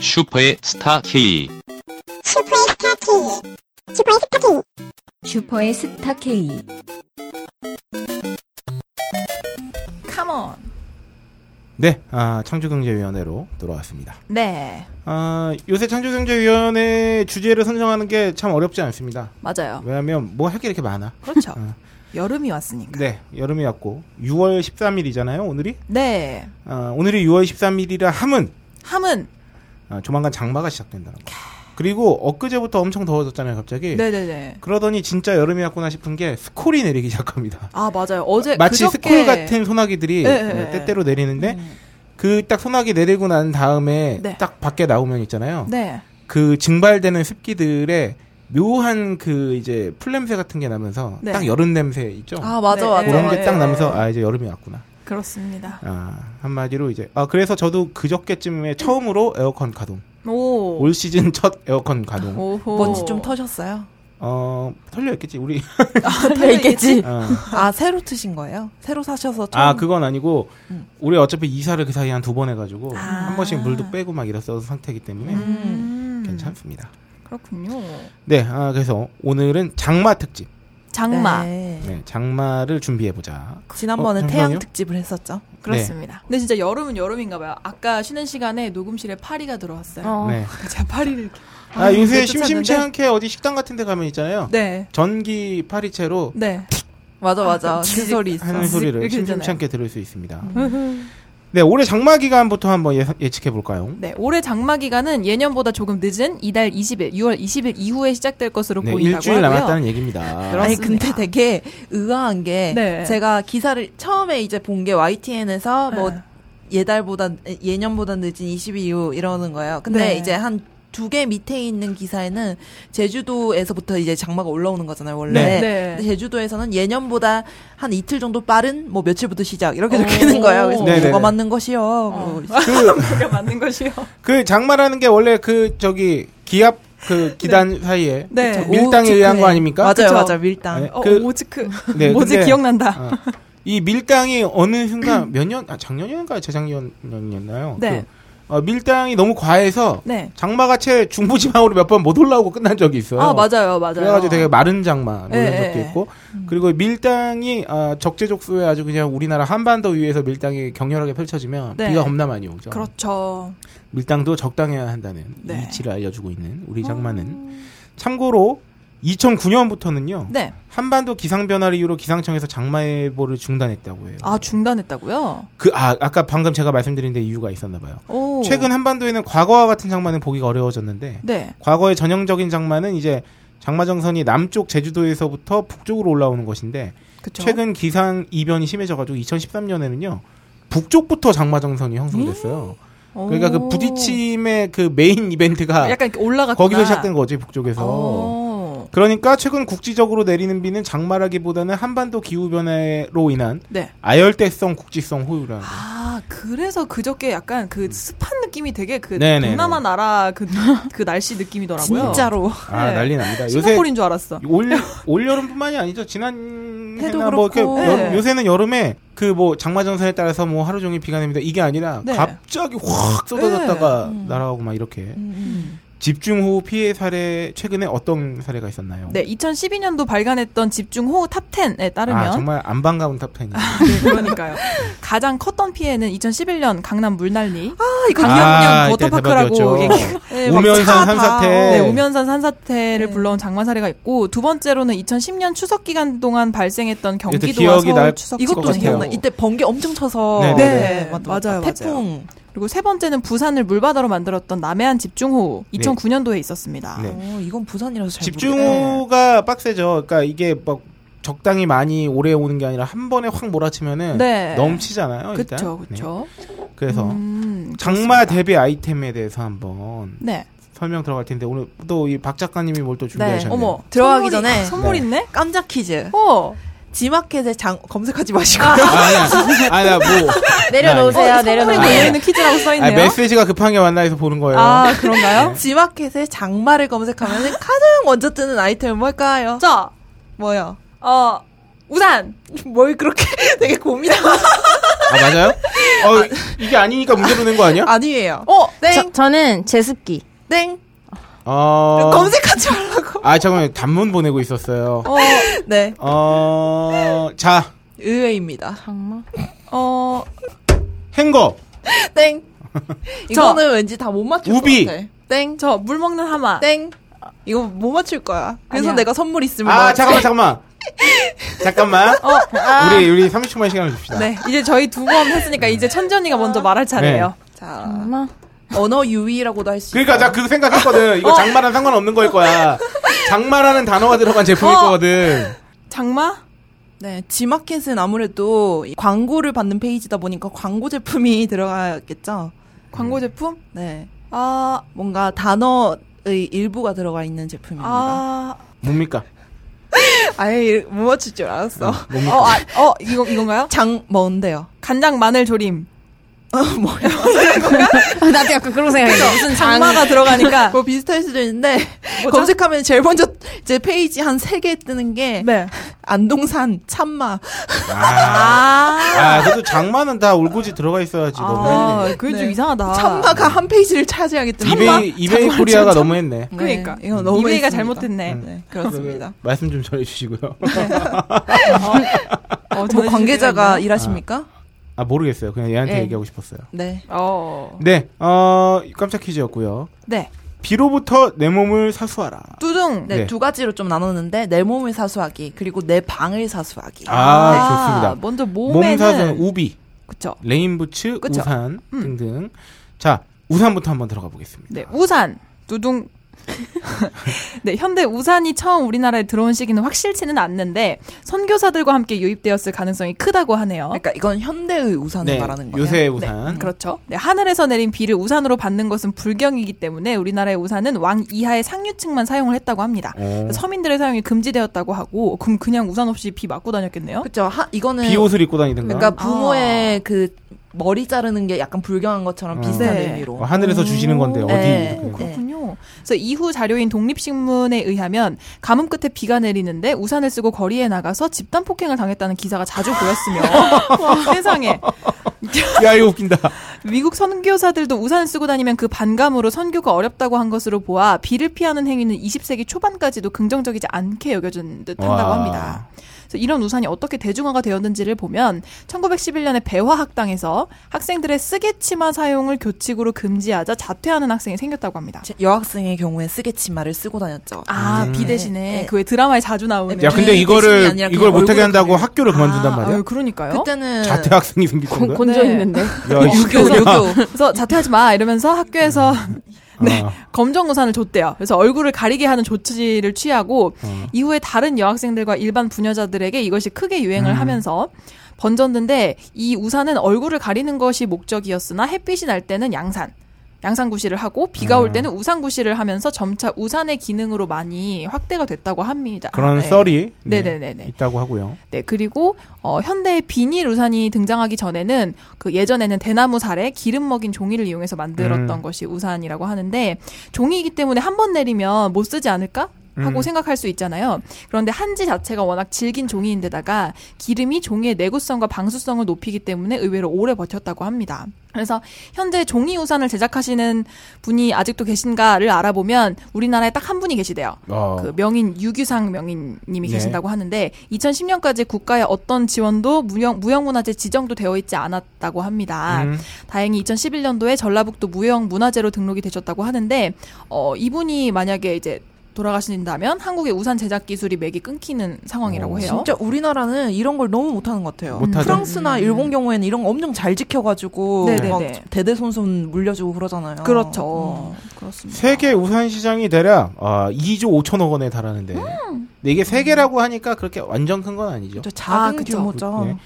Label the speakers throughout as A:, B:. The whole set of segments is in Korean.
A: 슈퍼의 스타 K.
B: 슈퍼의 스타 K. 슈퍼의 스타 K.
C: 슈퍼의 스타 K.
D: 컴온.
E: 네, 아, 창조경제위원회로 돌아왔습니다.
D: 네.
E: 아, 요새 창조경제위원회 주제를 선정하는 게 참 어렵지 않습니다.
D: 맞아요.
E: 왜냐하면 뭐 할 게 이렇게 많아.
D: 그렇죠.
E: 어.
D: 여름이 왔으니까.
E: 네, 여름이 왔고 6월 13일이잖아요. 오늘이
D: 네.
E: 아, 오늘이 6월 13일이라 함은
D: 함은
E: 아, 조만간 장마가 시작된다는 거. 그리고 엊그제부터 엄청 더워졌잖아요, 갑자기.
D: 네네네.
E: 그러더니 진짜 여름이 왔구나 싶은 게 스콜이 내리기 시작합니다.
D: 아 맞아요. 어제
E: 마치
D: 그저께...
E: 스콜 같은 소나기들이
D: 네, 네, 네.
E: 때때로 내리는데
D: 음.
E: 그 딱 소나기 내리고 난 다음에
D: 네.
E: 딱 밖에 나오면 있잖아요.
D: 네.
E: 그 증발되는 습기들의 묘한 그 이제 풀냄새 같은 게 나면서
D: 네.
E: 딱 여름 냄새 있죠.
D: 아 맞아
C: 네.
D: 맞아.
E: 그런 게
D: 네.
E: 딱 나면서 아 이제 여름이 왔구나.
D: 그렇습니다.
E: 아 한마디로 이제 아 그래서 저도 그저께쯤에 처음으로 에어컨 가동.
D: 오.
E: 올 시즌 첫 에어컨 가동.
D: 오호.
C: 먼지
D: 좀 터셨어요?
E: 어 털려있겠지 우리.
C: 알겠지?
E: 어.
D: 아 새로 트신 거예요? 새로 사셔서 좀.
E: 아 그건 아니고
D: 음.
E: 우리 어차피 이사를 그 사이 에 한 두 번 해가지고
D: 아.
E: 한 번씩 물도 빼고 막 이랬던 상태이기 때문에
D: 음.
E: 괜찮습니다.
D: 그렇군요.
E: 네, 아, 그래서 오늘은 장마 특집.
D: 장마.
C: 네.
E: 네, 장마를 준비해 보자.
F: 지난번은
E: 어, 잠시만요. 네.
F: 태양 특집을 했었죠.
D: 그렇습니다. 근데 진짜 여름은 여름인가 봐요. 아까 쉬는 시간에 녹음실에 파리가 들어왔어요.
C: 어.
E: 네.
D: 제가 파리를 이렇게.
E: 아, 요새
D: 못
E: 심심치
D: 쫓았는데?
E: 않게 어디 식당 같은 데 가면 있잖아요.
D: 네.
E: 전기 파리채로
D: 네.
F: 맞아 맞아.
D: 아,
F: 그 소리 있어.
E: 하는 소리를
D: 이렇게
E: 심심치
D: 되잖아요. 음.
E: 않게 들을 수 있습니다. 네, 올해 장마 기간부터 한번 예, 측해 볼까요?
D: 네, 올해 장마 기간은 예년보다 조금 늦은 이달 20일, 6월 20일 이후에 시작될 것으로
E: 네,
D: 보인다고
E: 일주일
D: 하고요.
E: 남았다는 얘기입니다.
D: 그럼-
F: 아니
D: 그렇습니다.
F: 근데 되게 의아한 게
D: 네.
F: 제가 기사를 처음에 이제 본 게 YTN에서 뭐
D: 네.
F: 예달보다 예년보다 늦은 20일 이후 이러는 거예요. 근데
D: 네.
F: 이제 한 두 개 밑에 있는 기사에는 제주도에서부터 이제 장마가 올라오는 거잖아요 원래.
E: 네.
D: 네.
F: 근데 제주도에서는 예년보다 한 이틀 정도 빠른 뭐 며칠부터 시작 이렇게
D: 오. 아.
F: 적혀 있는 거예요. 그래서
E: 네네네.
F: 뭐가 맞는 것이요. 뭐
E: 그,
D: 그게 맞는 것이요.
E: 그 장마라는 게 원래 그 저기 기압 그 기단 사이에
D: 네.
E: 그쵸. 밀당에 의한
F: 오직구에.
E: 거 아닙니까?
F: 맞아요,
D: 그쵸?
F: 맞아 밀당.
E: 네,
D: 어,
E: 그-
D: 오즈크.
E: 네,
D: 뭐지
E: 근데-
D: 기억난다.
E: 어. 이 밀당이 어느 순간 몇 년, 아, 작년인가 재작년이었나요?
D: 네.
E: 그, 어, 밀당이 너무 과해서
D: 네.
E: 장마가 채 중부지방으로 몇 번 못 올라오고 끝난 적이 있어요.
D: 아, 맞아요. 맞아요.
E: 그래가지고 되게 마른 장마 뭐 이런
D: 예,
E: 적도
D: 예.
E: 있고 그리고 밀당이 아, 적재적소에 아주 그냥 우리나라 한반도 위에서 밀당이 격렬하게 펼쳐지면
D: 네.
E: 비가 겁나 많이 오죠.
D: 그렇죠. 밀당도
E: 밀당도 적당해야 한다는
D: 네. 음.
E: 이치를 알려주고 있는 우리 장마는 참고로 2009년부터는요
D: 네.
E: 한반도 기상 변화를 이유로 기상청에서 장마 예보를 중단했다고 해요.
D: 아, 중단했다고요?
E: 그, 아, 아까 방금 제가 말씀드린 데 이유가 있었나봐요.
D: 오.
E: 최근 한반도에는 과거와 같은 장마는 보기가 어려워졌는데,
D: 네.
E: 과거의 전형적인 장마는 이제 장마정선이 남쪽 제주도에서부터 북쪽으로 올라오는 것인데,
D: 그쵸.
E: 최근 기상 이변이 심해져가지고 2013년에는요, 북쪽부터 장마정선이 형성됐어요.
D: 음? 오.
E: 그러니까 그 부딪힘의 그 메인 이벤트가
D: 약간 이렇게 올라갔구나. 어.
E: 거기서 시작된 거지, 북쪽에서.
D: 오.
E: 그러니까 최근 국지적으로 내리는 비는 장마라기보다는 한반도 기후변화로 인한
D: 네.
E: 아열대성 국지성 호유라는 거.
D: 아, 그래서 그저께 약간 그 습한 느낌이 되게 그
E: 네네네.
D: 동남아 나라 그, 그 날씨 느낌이더라고요.
F: 진짜로.
E: 아
D: 네.
E: 난리 납니다. 요새
D: 싱가포르인 줄 알았어.
E: 올, 올 여름뿐만이 아니죠. 지난
F: 해도
E: 해나 뭐 이렇게
F: 그렇고.
E: 여름-
D: 네.
E: 요새는 여름에 그 뭐 장마전선에 따라서 뭐 하루 종일 비가 냅니다. 이게 아니라
D: 네.
E: 갑자기 확 쏟아졌다가
F: 네. 음.
E: 날아가고 막 이렇게
F: 음.
E: 집중호우 피해 사례 최근에 어떤 사례가 있었나요?
D: 네, 2012년도 발간했던 집중호우 탑10에
E: 아
D: 따르면
E: 정말 안 반가운 탑텐이.
D: 네, 그러니까요. 가장 컸던 피해는 2011년 강남 물난리.
F: 아
E: 아,
F: 이거
D: 강남역
E: 이때
D: 워터파크라고
E: 대박이었죠.
D: 이게 막
E: 우면산
D: 차 다-
E: 산사태.
D: 네, 우면산 산사태를
F: 네.
D: 불러온 장마 사례가 있고 두 번째로는 2010년 추석 기간 동안 발생했던 경기도와
E: 기억이
D: 서울
E: 날
D: 추석 네,
E: 것
F: 이것도
E: 같아요.
F: 기억나. 이때 번개 엄청 쳐서
E: 네, 네, 네.
D: 맞아요,
F: 태풍.
D: 그리고 세 번째는 부산을 물바다로 만들었던 남해안 집중호우 2009년도에 있었습니다.
E: 네.
F: 어, 이건 부산이라서 잘 모르겠네.
E: 집중호우가 빡세죠. 그러니까 이게 막 적당히 많이 오래 오는 게 아니라 한 번에 확 몰아치면은
D: 네.
E: 넘치잖아요. 일단.
D: 그렇죠,
E: 네.
D: 그렇죠.
E: 그래서 장마 대비 아이템에 대해서 한번
D: 음. 네.
E: 설명 들어갈 텐데 오늘 또 이 박 작가님이 뭘 또 준비하셨네요.
D: 어머,
F: 들어가기
D: 선물이-
F: 전에
D: 선물
E: 네.
D: 있네.
F: 깜짝 퀴즈.
D: 어.
F: 지마켓에 장 검색하지 마시고.
D: 네.
E: 아니야, 아니야 뭐
C: 내려놓으세요,
F: 네,
D: 선물이
C: 내려놓으세요.
D: 되어 있는 퀴즈라고 써
E: 아니,
D: 있네요.
E: 메시지가 급한 게 왔나 해서 보는 거예요.
D: 아, 그런가요?
F: 지마켓에 장마를 검색하면 가장 먼저 뜨는 아이템은 뭘까요?
D: 자,
F: 뭐요?
D: 어, 우산.
F: 뭘 그렇게 되게 고민하고
E: 아, 맞아요? 어, 이게 아니니까 문제로 낸 거 아니야?
F: 아니에요.
D: 어,
F: 땡,
A: 저는 제습기.
F: 땡.
E: 어.
F: 검색하지 말라고.
E: 아, 잠깐만, 단문 보내고 있었어요.
F: 네.
E: 어, 자,
F: 의외입니다.
D: 어,
E: 행거,
F: 땡.
D: 저.
F: 이거는 왠지 다 못 맞출
E: 우비.
F: 것 같아. 땡.
D: 저 물 먹는 하마.
F: 땡. 이거 못 맞출 거야. 그래서
D: 아니야.
F: 내가 선물 있으면
E: 아,
F: 넣어야지.
E: 잠깐만, 잠깐만. 잠깐만.
D: 어, 아.
E: 우리, 우리 30초만 시간을 줍시다.
D: 네, 이제 저희 두 번 했으니까 이제 천지 언니가 먼저 말할 차례예요.
E: 네.
F: 자,
A: 엄마.
F: 언어 유희라고도 할 수 있어.
E: 그러니까, 나 그 생각했거든.
F: 어.
E: 이거 장마랑 상관없는 거일 거야. 장마라는 단어가 들어간 제품일
D: 어.
E: 거거든.
D: 장마?
F: 네, 지마켓은 아무래도 이 광고를 받는 페이지다 보니까 광고 제품이 들어가겠죠.
E: 음.
D: 광고 제품?
F: 네,
D: 아,
F: 뭔가 단어의 일부가 들어가 있는 제품입니다.
D: 아,
E: 뭡니까?
F: 아, 예못 맞출 줄 알았어.
E: 뭡니까?
D: 어, 아, 어, 이거, 이건가요?
F: 장 뭔데요?
D: 간장 마늘 조림.
E: 어,
A: 어, 나도 약간 그런 생각이야. 무슨
D: 장마가 들어가니까.
F: 뭐 비슷할 수도 있는데 검색하면 제일 먼저 제 페이지 한 세 개 뜨는 게
D: 네.
F: 안동산 참마.
E: 아,
D: 아,
E: 아, 그래도 장마는 다 올고지 들어가 있어야지. 너무 했네.
D: 아 그게 좀
F: 네.
D: 이상하다.
F: 참마가 한 페이지를 차지하기 때문에
E: 이베이, 이베이
F: 참마,
E: 코리아가
F: 참마.
E: 너무 했네.
F: 네,
D: 그러니까.
F: 이거 너무
D: 이베이가
F: 했습니다.
D: 잘못됐네.
E: 음.
F: 네, 그렇습니다.
E: 말씀 좀 전해주시고요.
D: 어,
F: 뭐
D: 전해주실
F: 관계자가
D: 생각이
F: 일하십니까?
E: 아, 모르겠어요. 그냥 얘한테
F: 네.
E: 얘기하고 싶었어요.
F: 네.
D: 있나요? 어.
E: 네, 어, 깜짝 퀴즈였고요.
D: 네.
E: 비로부터 내 몸을 사수하라.
D: 뚜둥.
F: 네,
E: 네.
F: 두 가지로 좀 나눴는데 내 몸을 사수하기 그리고 내 방을 사수하기.
E: 아, 좋습니다.
D: 먼저
E: 몸 사수는
D: 몸에는
E: 우비,
D: 그쵸.
E: 레인부츠,
D: 그쵸.
E: 우산
F: 음.
E: 등등. 자, 우산부터 한번 들어가 보겠습니다.
D: 네, 우산. 두둥. 네, 현대 우산이 처음 우리나라에 들어온 시기는 확실치는 않는데 선교사들과 함께 유입되었을 가능성이 크다고 하네요.
F: 그러니까 이건 현대의 우산을
E: 네,
F: 말하는 거예요.
E: 요새
D: 네,
E: 우산.
D: 그렇죠. 네, 하늘에서 내린 비를 우산으로 받는 것은 불경이기 때문에 우리나라의 우산은 왕 이하의 상류층만 사용을 했다고 합니다.
E: 오.
D: 서민들의 사용이 금지되었다고 하고 그럼 그냥 우산 없이 비 맞고 다녔겠네요.
F: 그렇죠. 하, 이거는
E: 비옷을 입고 다니든가.
F: 그러니까 부모의 그 머리 자르는 게 약간 불경한 것처럼
E: 어.
F: 비슷한
D: 네.
F: 의미로.
E: 어, 하늘에서 주시는 건데 어디
F: 네.
E: 이렇게.
D: 그렇군요. 그래서 이후 자료인 독립신문에 의하면 가뭄 끝에 비가 내리는데 우산을 쓰고 거리에 나가서 집단 폭행을 당했다는 기사가 자주 보였으며 세상에
E: 야 이거 웃긴다.
D: 미국 선교사들도 우산을 쓰고 다니면 그 반감으로 선교가 어렵다고 한 것으로 보아 비를 피하는 행위는 20세기 초반까지도 긍정적이지 않게 여겨진 듯한다고
E: 와.
D: 합니다. 그래서 이런 우산이 어떻게 대중화가 되었는지를 보면 1911년에 배화학당에서 학생들의 쓰개 치마 사용을 교칙으로 금지하자 자퇴하는 학생이 생겼다고 합니다.
F: 제- 여학생의 경우에 쓰개치마를 쓰고 다녔죠.
D: 아, 비
F: 네,
D: 대신에
F: 네.
D: 그 왜 드라마에 자주 나오는
E: 음. 야
F: 네,
E: 근데
F: 네, 대신이
E: 이거를
F: 아니라
E: 이걸
F: 그냥
E: 못하게
F: 얼굴
E: 한다고 학교를 그만둔단 말이야.
D: 아유, 어, 그러니까요.
F: 그때는 어,
E: 자퇴 학생이 생길
A: 건,
E: 건가?
A: 건져
D: 네.
A: 있는데.
E: 야, 이씨.
F: 유교 유교.
D: 그래서 자퇴하지 마 이러면서 학교에서 네.
E: 아.
D: 검정 우산을 줬대요. 그래서 얼굴을 가리게 하는 조치를 취하고
E: 어.
D: 이후에 다른 여학생들과 일반 부녀자들에게 이것이 크게 유행을
E: 음.
D: 하면서 번졌는데 이 우산은 얼굴을 가리는 것이 목적이었으나 햇빛이 날 때는 양산. 양산 구시를 하고 비가
E: 음.
D: 올 때는 우산 구시를 하면서 점차 우산의 기능으로 많이 확대가 됐다고 합니다.
E: 그런
D: 네.
E: 썰이 네,
D: 네네네네.
E: 있다고 하고요.
D: 네, 그리고 어, 현대의 비닐 우산이 등장하기 전에는 그 예전에는 대나무 살에 기름 먹인 종이를 이용해서 만들었던
E: 음.
D: 것이 우산이라고 하는데 종이이기 때문에 한 번 내리면 못 쓰지 않을까? 하고
E: 음.
D: 생각할 수 있잖아요. 그런데 한지 자체가 워낙 질긴 종이인데다가 기름이 종이의 내구성과 방수성을 높이기 때문에 의외로 오래 버텼다고 합니다. 그래서 현재 종이 우산을 제작하시는 분이 아직도 계신가를 알아보면 우리나라에 딱 한 분이 계시대요.
E: 어.
D: 그 명인 유규상
E: 네.
D: 명인님이 계신다고 하는데 2010년까지 국가의 어떤 지원도 무형 무형문화재 지정도 되어 있지 않았다고 합니다.
E: 음.
D: 다행히 2011년도에 전라북도 무형문화재로 등록이 되셨다고 하는데 어 이분이 만약에 이제 돌아가신다면 한국의 우산 제작 기술이 맥이 끊기는 상황이라고
E: 오,
D: 해요.
F: 진짜 우리나라는 이런 걸 너무 못하는 것 같아요.
E: 못하죠.
F: 프랑스나 일본 경우에는 이런 거 엄청 잘
D: 음.
F: 지켜가지고
D: 네네네.
F: 막 대대손손 물려주고 그러잖아요.
D: 그렇죠.
F: 어.
D: 그렇습니다.
E: 세계 우산 시장이 대략 아, 2조 5천억 원에 달하는데 근데 이게 세 개라고 하니까 그렇게 완전 큰 건 아니죠.
F: 저
D: 아,
F: 작은
D: 그쵸.
F: 규모죠.
E: 네.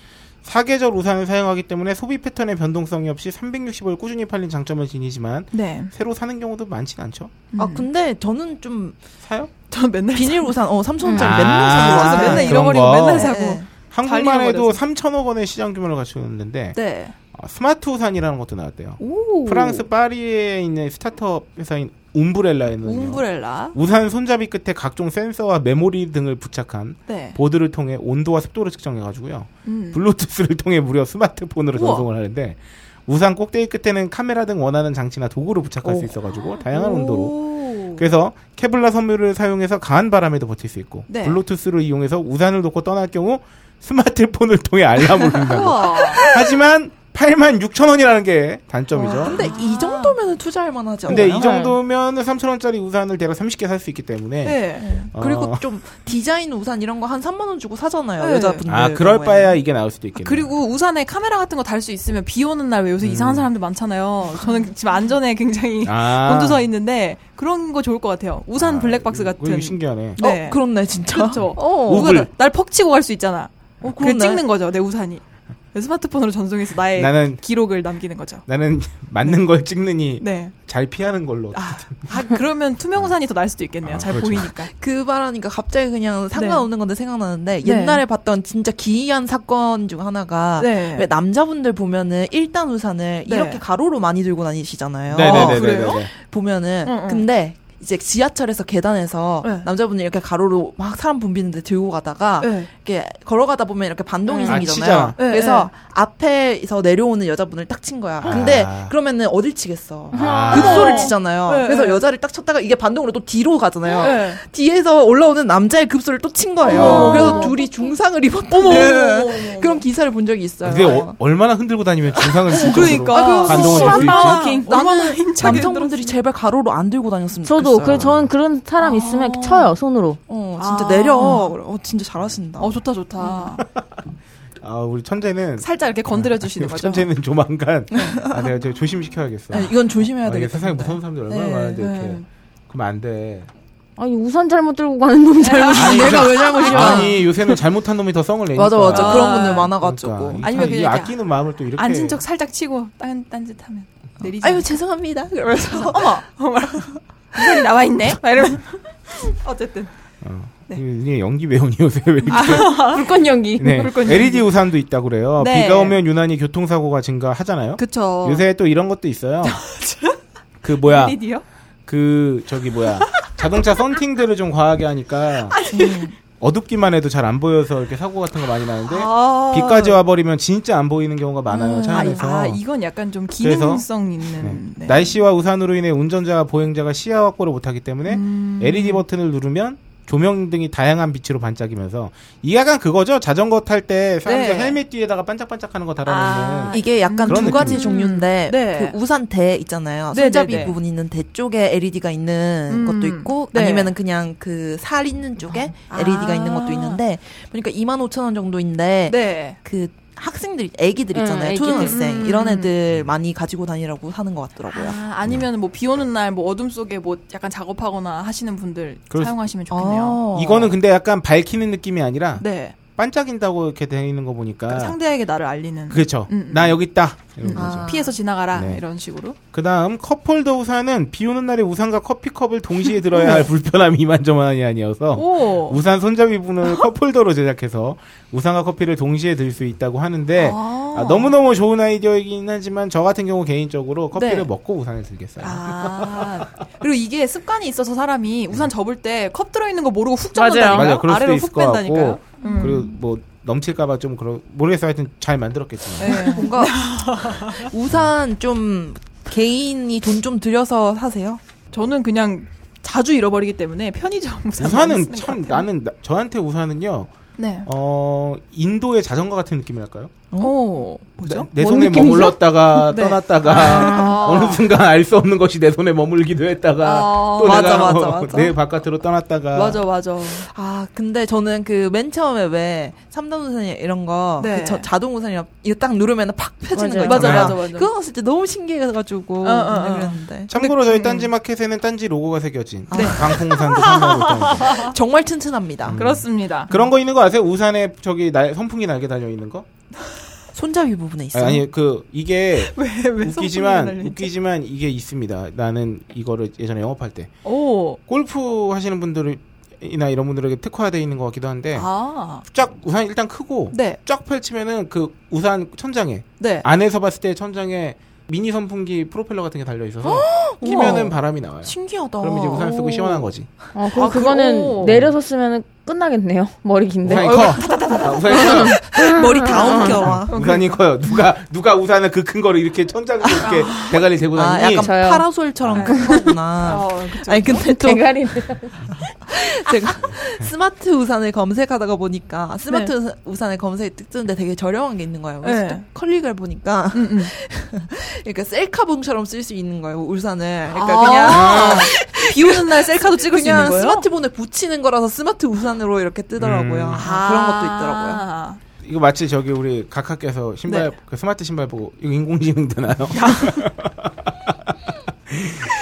E: 사계절 우산을 사용하기 때문에 소비 패턴의 변동성이 없이 360을 꾸준히 팔린 장점을 지니지만
D: 네.
E: 새로 사는 경우도 많진 않죠.
D: 음.
F: 아 근데 저는 좀
E: 사요?
D: 전
E: 네.
D: 맨날
F: 비닐 우산 어 3천원짜리
E: 음.
F: 맨날
E: 아,
F: 사고
D: 그래서
F: 와서
D: 맨날
E: 그런
D: 잃어버리고
E: 거.
D: 맨날
E: 네.
D: 사고.
E: 한국만
D: 잘
E: 해도
D: 잃어버려서.
E: 3천억 원의 시장 규모를 갖추고 있는데 어,
D: 네.
E: 아, 스마트 우산이라는 것도 나왔대요.
D: 오.
E: 프랑스 파리에 있는 스타트업 회사인 움브렐라에는
D: 웅브렐라.
E: 우산 손잡이 끝에 각종 센서와 메모리 등을 부착한
D: 네.
E: 보드를 통해 온도와 습도를 측정해가지고요.
D: 음.
E: 블루투스를 통해 무려 스마트폰으로
D: 우와.
E: 전송을 하는데 우산 꼭대기 끝에는 카메라 등 원하는 장치나 도구를 부착할 수 있어가지고 다양한 온도로
D: 오.
E: 그래서 케블라 섬유를 사용해서 강한 바람에도 버틸 수 있고
D: 네.
E: 블루투스를 이용해서 우산을 놓고 떠날 경우 스마트폰을 통해 알람을 울린다.
D: 우와.
E: 하지만 8만 6천 원이라는 게 단점이죠.
F: 근데
D: 아.
F: 이 정도면 투자할 만하지 않아요?
E: 근데 이 정도면 3천 원짜리 우산을 대략 30개 살 수 있기 때문에
D: 네.
E: 어,
F: 그리고 좀 디자인 우산 이런 거 한 3만 원 주고 사잖아요
D: 네.
F: 여자분들.
E: 아 그럴
F: 경우에는.
E: 바에야 이게 나올 수도 있겠네.
D: 그리고 우산에 카메라 같은 거 달 수 있으면 비 오는 날 왜
E: 음.
D: 요새 이상한 사람들 많잖아요. 저는 지금 안전에 굉장히
E: 아.
D: 건두서 있는데 그런 거 좋을 것 같아요. 우산
E: 아,
D: 블랙박스
E: 이거
D: 같은.
E: 신기하네.
F: 어
D: 네.
F: 그렇네 진짜.
D: 그렇죠.
F: 어.
E: 우글.
D: 누가 나- 날 퍽치고 갈 수 있잖아.
F: 어,
D: 그래
F: 그렇네.
D: 찍는 거죠 내 우산이. 스마트폰으로 전송해서 나의
E: 나는-
D: 기록을 남기는 거죠.
E: 나는 맞는 걸 찍느니
D: 네.
E: 잘 피하는 걸로.
D: 아, 아, 그러면 투명 우산이 더 날 수도 있겠네요.
E: 아,
D: 잘
E: 그렇죠.
D: 보이니까.
F: 그 말하니까 갑자기 그냥
D: 네.
F: 상관없는 건데 생각나는데 옛날에 봤던 진짜 기이한 사건 중 하나가
D: 네.
F: 아, 왜 남자분들 보면은 일단 우산을
D: 네.
F: 이렇게 가로로 많이 들고 다니시잖아요.
E: 네,
F: 어,
D: 아, 그래요?
F: 보면은
D: 응, 응.
F: 근데 이제 지하철에서 계단에서
D: 네.
F: 남자분이 이렇게 가로로 막 사람 붐비는데 들고 가다가 이렇게 걸어가다 보면 이렇게 반동이
D: 네.
F: 생기잖아요.
E: 아,
D: 치자. 네,
F: 그래서 앞에서 내려오는 여자분을 딱 친 거야. 근데
E: 아.
F: 그러면은 어딜 치겠어?
E: 아.
F: 그 급소를 치잖아요.
D: 네,
F: 그래서
D: 네.
F: 여자를 딱 쳤다가 이게 반동으로 또 뒤로 가잖아요.
D: 네.
F: 뒤에서 올라오는 남자의 급소를 또 친 거예요.
E: 어머.
F: 그래서 둘이 중상을
D: 어머,
F: 입었다는
D: 어머, 어머, 어머.
F: 그런 기사를 본 적이 있어요. 네.
E: 그게 어- 얼마나 흔들고 다니면 증상을 줄
D: 그러니까.
E: 정도로
D: 아,
E: 감동을 줄 수
D: 심하다.
E: 있지.
D: 워킹. 얼마나
F: 나는
D: 힘차게
F: 남성분들이 제발 가로로 안 들고 다녔으면
A: 저도
F: 좋겠어요.
A: 그 저는 그런 사람 있으면 쳐요 손으로.
F: 어, 진짜
D: 아.
F: 내려. 어, 진짜 잘하신다.
D: 어 좋다 좋다.
E: 아 우리 천재는
D: 살짝 이렇게 건드려
E: 음.
D: 주시는 거죠.
E: 천재는 조만간 아 내가 저 조심시켜야겠어.
F: 아, 이건 조심해야
E: 아, 이게
F: 되겠다.
E: 세상에 무서운 사람들 얼마나
F: 네,
E: 많은데 이렇게.
D: 네.
E: 그럼 안 돼.
A: 아니 우산 잘못 들고 가는 놈 잘못.
E: 아니,
F: 내가
E: 요새-
F: 왜 잘못이야?
E: 아니 요새는 잘못한 놈이 더 성을 내니까.
F: 맞아 맞아
D: 아.
F: 그런 분들
E: 그러니까.
F: 많아가지고.
D: 아니면
E: 이
D: 그냥
E: 아끼는 마음을 또 이렇게 어.
D: 앉은 척 살짝 치고 딴 딴짓하면 내리지.
F: 아유 죄송합니다. 그러면서
D: 어머 어머 우산이 나와 있네. 막 이러면 어쨌든
E: 이게 연기 배우니 요새 왜 이렇게
D: 아.
A: 불꽃 연기.
E: 네.
D: 그렇군요.
E: LED 우산도 있다 그래요.
D: 네.
E: 비가 오면 유난히 교통사고가 증가하잖아요.
D: 그쵸.
E: 요새 또 이런 것도 있어요. 그 뭐야
D: 드디어
E: 그 저기 뭐야 자동차 썬팅들을 좀 과하게 하니까 어둡기만 해도 잘 안 보여서 이렇게 사고 같은 거 많이 나는데
D: 아.
E: 비까지 와버리면 진짜 안 보이는 경우가 많아요 차
D: 아,
E: 안에서.
D: 아, 이건 약간 좀
E: 그래서-
D: 기능성
E: 네.
D: 있는 네.
E: 날씨와 우산으로 인해 운전자와 보행자가 시야 확보를 못하기 때문에
D: 음.
E: LED 버튼을 누르면 조명 등이 다양한 빛으로 반짝이면서 이 약간 그거죠 자전거 탈 때 사람들
D: 네.
E: 헬멧 뒤에다가 반짝반짝하는 거 달아놓는
D: 아,
F: 이게 약간
E: 그런
F: 두 가지
E: 느낌.
F: 종류인데
D: 음. 네.
F: 그 우산 대 있잖아요.
D: 네,
F: 손잡이
D: 네, 네.
F: 부분 있는 대 쪽에 LED가
D: 음.
F: 있는 것도 있고
D: 네.
F: 아니면은 그냥 그 살 있는 쪽에
D: 아.
F: LED가 있는 것도 있는데 보니까 2만 5천 원 정도인데
D: 네.
F: 그 학생들, 애기들
A: 응,
F: 있잖아요.
A: 애기들.
F: 초등학생
D: 음.
F: 이런 애들 많이 가지고 다니라고 사는 것 같더라고요.
D: 아, 아니면 뭐 비 오는 날 뭐 어둠 속에 뭐 약간 작업하거나 하시는 분들
E: 그럴 수-
D: 사용하시면 좋겠네요.
F: 아.
E: 이거는 근데 약간 밝히는 느낌이 아니라
D: 네.
E: 반짝인다고 이렇게 되어 있는 거 보니까
D: 그러니까 상대에게 나를 알리는
E: 그렇죠.
D: 음, 음.
E: 나 여기 있다. 이런
D: 음.
E: 거죠.
F: 아.
D: 피해서 지나가라
E: 네.
D: 이런 식으로.
E: 그다음 컵홀더 우산은 비 오는 날에 우산과 커피컵을 동시에 들어야 할 불편함이 이만저만이 아니어서
D: 오.
E: 우산 손잡이 부분을 컵홀더로 제작해서 우산과 커피를 동시에 들 수 있다고 하는데
D: 아.
E: 아, 너무너무 좋은 아이디어이긴 하지만 저 같은 경우 개인적으로 커피를
D: 네.
E: 먹고 우산을 들겠어요.
D: 아. 그리고 이게 습관이 있어서 사람이 우산 접을 때 컵 들어 있는 거 모르고 훅
E: 네.
D: 접는다니까요.
E: 맞아, 그럴 수도
D: 아래로
E: 있을
D: 훅
E: 것
D: 뺀다니까요. 음.
E: 같고 그리고 뭐 넘칠까봐 좀 그런 모르겠어요. 하여튼 잘 만들었겠지만.
D: 네.
F: 뭔가 우산 좀 개인이 돈 좀 들여서 사세요.
D: 저는 그냥 자주 잃어버리기 때문에 편의점 우산 많이
E: 우산은
D: 쓰는
E: 참
D: 것 같아요.
E: 나는 나- 저한테 우산은요
D: 네.
E: 어 인도의 자전거 같은 느낌이랄까요?
D: 어? 오. 뭐죠?
E: 내, 내
A: 뭔
E: 손에
A: 느낌이죠?
E: 머물렀다가
D: 네.
E: 떠났다가 어느 순간 알 수 없는 것이 내 손에 머물기도 했다가
D: 아,
E: 또
F: 맞아,
E: 내가
F: 맞아,
E: 어,
F: 맞아.
E: 내 바깥으로 떠났다가
D: 맞아 맞아.
E: 음.
F: 아, 근데 저는 그 맨 처음에 왜 3단 우산 이런 거,
D: 네.
F: 그 저- 자동 우산이랑 이거 딱 누르면 팍 펴지는
A: 맞아요.
F: 거 있잖아요.
E: 맞아, 맞아,
D: 맞아.
F: 그거 봤을 때 너무 신기해가지고
D: 어, 어, 어.
F: 그랬는데
E: 참고로 저희 딴지 마켓에는 딴지 로고가 새겨진
F: 네.
E: 방풍산도 판매하고 있다.
F: 정말 튼튼합니다.
D: 그렇습니다.
E: 그런 거 있는 거 아세요? 우산에 저기 날, 선풍기 날개 달려 있는 거?
F: 손잡이 부분에 있어요.
E: 아니, 아니, 그 이게
D: 왜왜
E: 웃기지만 웃기지만 이게 있습니다. 나는 이거를 예전에 영업할 때
D: 오.
E: 골프 하시는 분들이나 이런 분들에게 특화되어 있는 것 같기도 한데
D: 아.
E: 쫙 우산 일단 크고
D: 네.
E: 쫙 펼치면은 그 우산 천장에
D: 네.
E: 안에서 봤을 때 천장에 미니 선풍기 프로펠러 같은 게 달려 있어서 끼면은 바람이 나와요.
F: 신기하다.
E: 아. 그럼 이제 우산 쓰고
D: 오.
E: 시원한 거지.
A: 아, 그럼
D: 아, 그거-
A: 그거는 내려서 쓰면 끝나겠네요. 머리 긴데.
E: 우산이 커. 아, 우산이 커.
F: 머리 다 엉켜와.
E: 우산이 커요. 누가 누가 우산을 그 큰 거를 이렇게 천장으로 이렇게 대가리 대고
F: 아,
E: 다니니
F: 약간
A: 저요.
F: 파라솔처럼 큰 거구나.
D: 어, 그쵸.
F: 아니, 근데 또
A: 대가리인데.
F: 제가 스마트 우산을 검색하다가 보니까 스마트 우산- 우산을 검색에 뜩 뜨는데 되게 저렴한 게 있는 거예요. 그래서
D: 네.
F: 또 클릭을 보니까
D: 음, 음.
F: 그러니까 셀카봉처럼 쓸 수 있는 거예요, 우산을. 그러니까 그냥
D: 그러니까 그냥 비 오는 날 셀카도 찍을 수 있는
F: 그냥
D: 거예요?
F: 스마트폰에 붙이는 거라서 스마트 우산으로 이렇게 뜨더라고요.
E: 음.
F: 아, 그런 것도 있더라고요.
E: 이거 마치 저기 우리 각하께서 신발 그 스마트 신발 보고 이거 인공지능 되나요?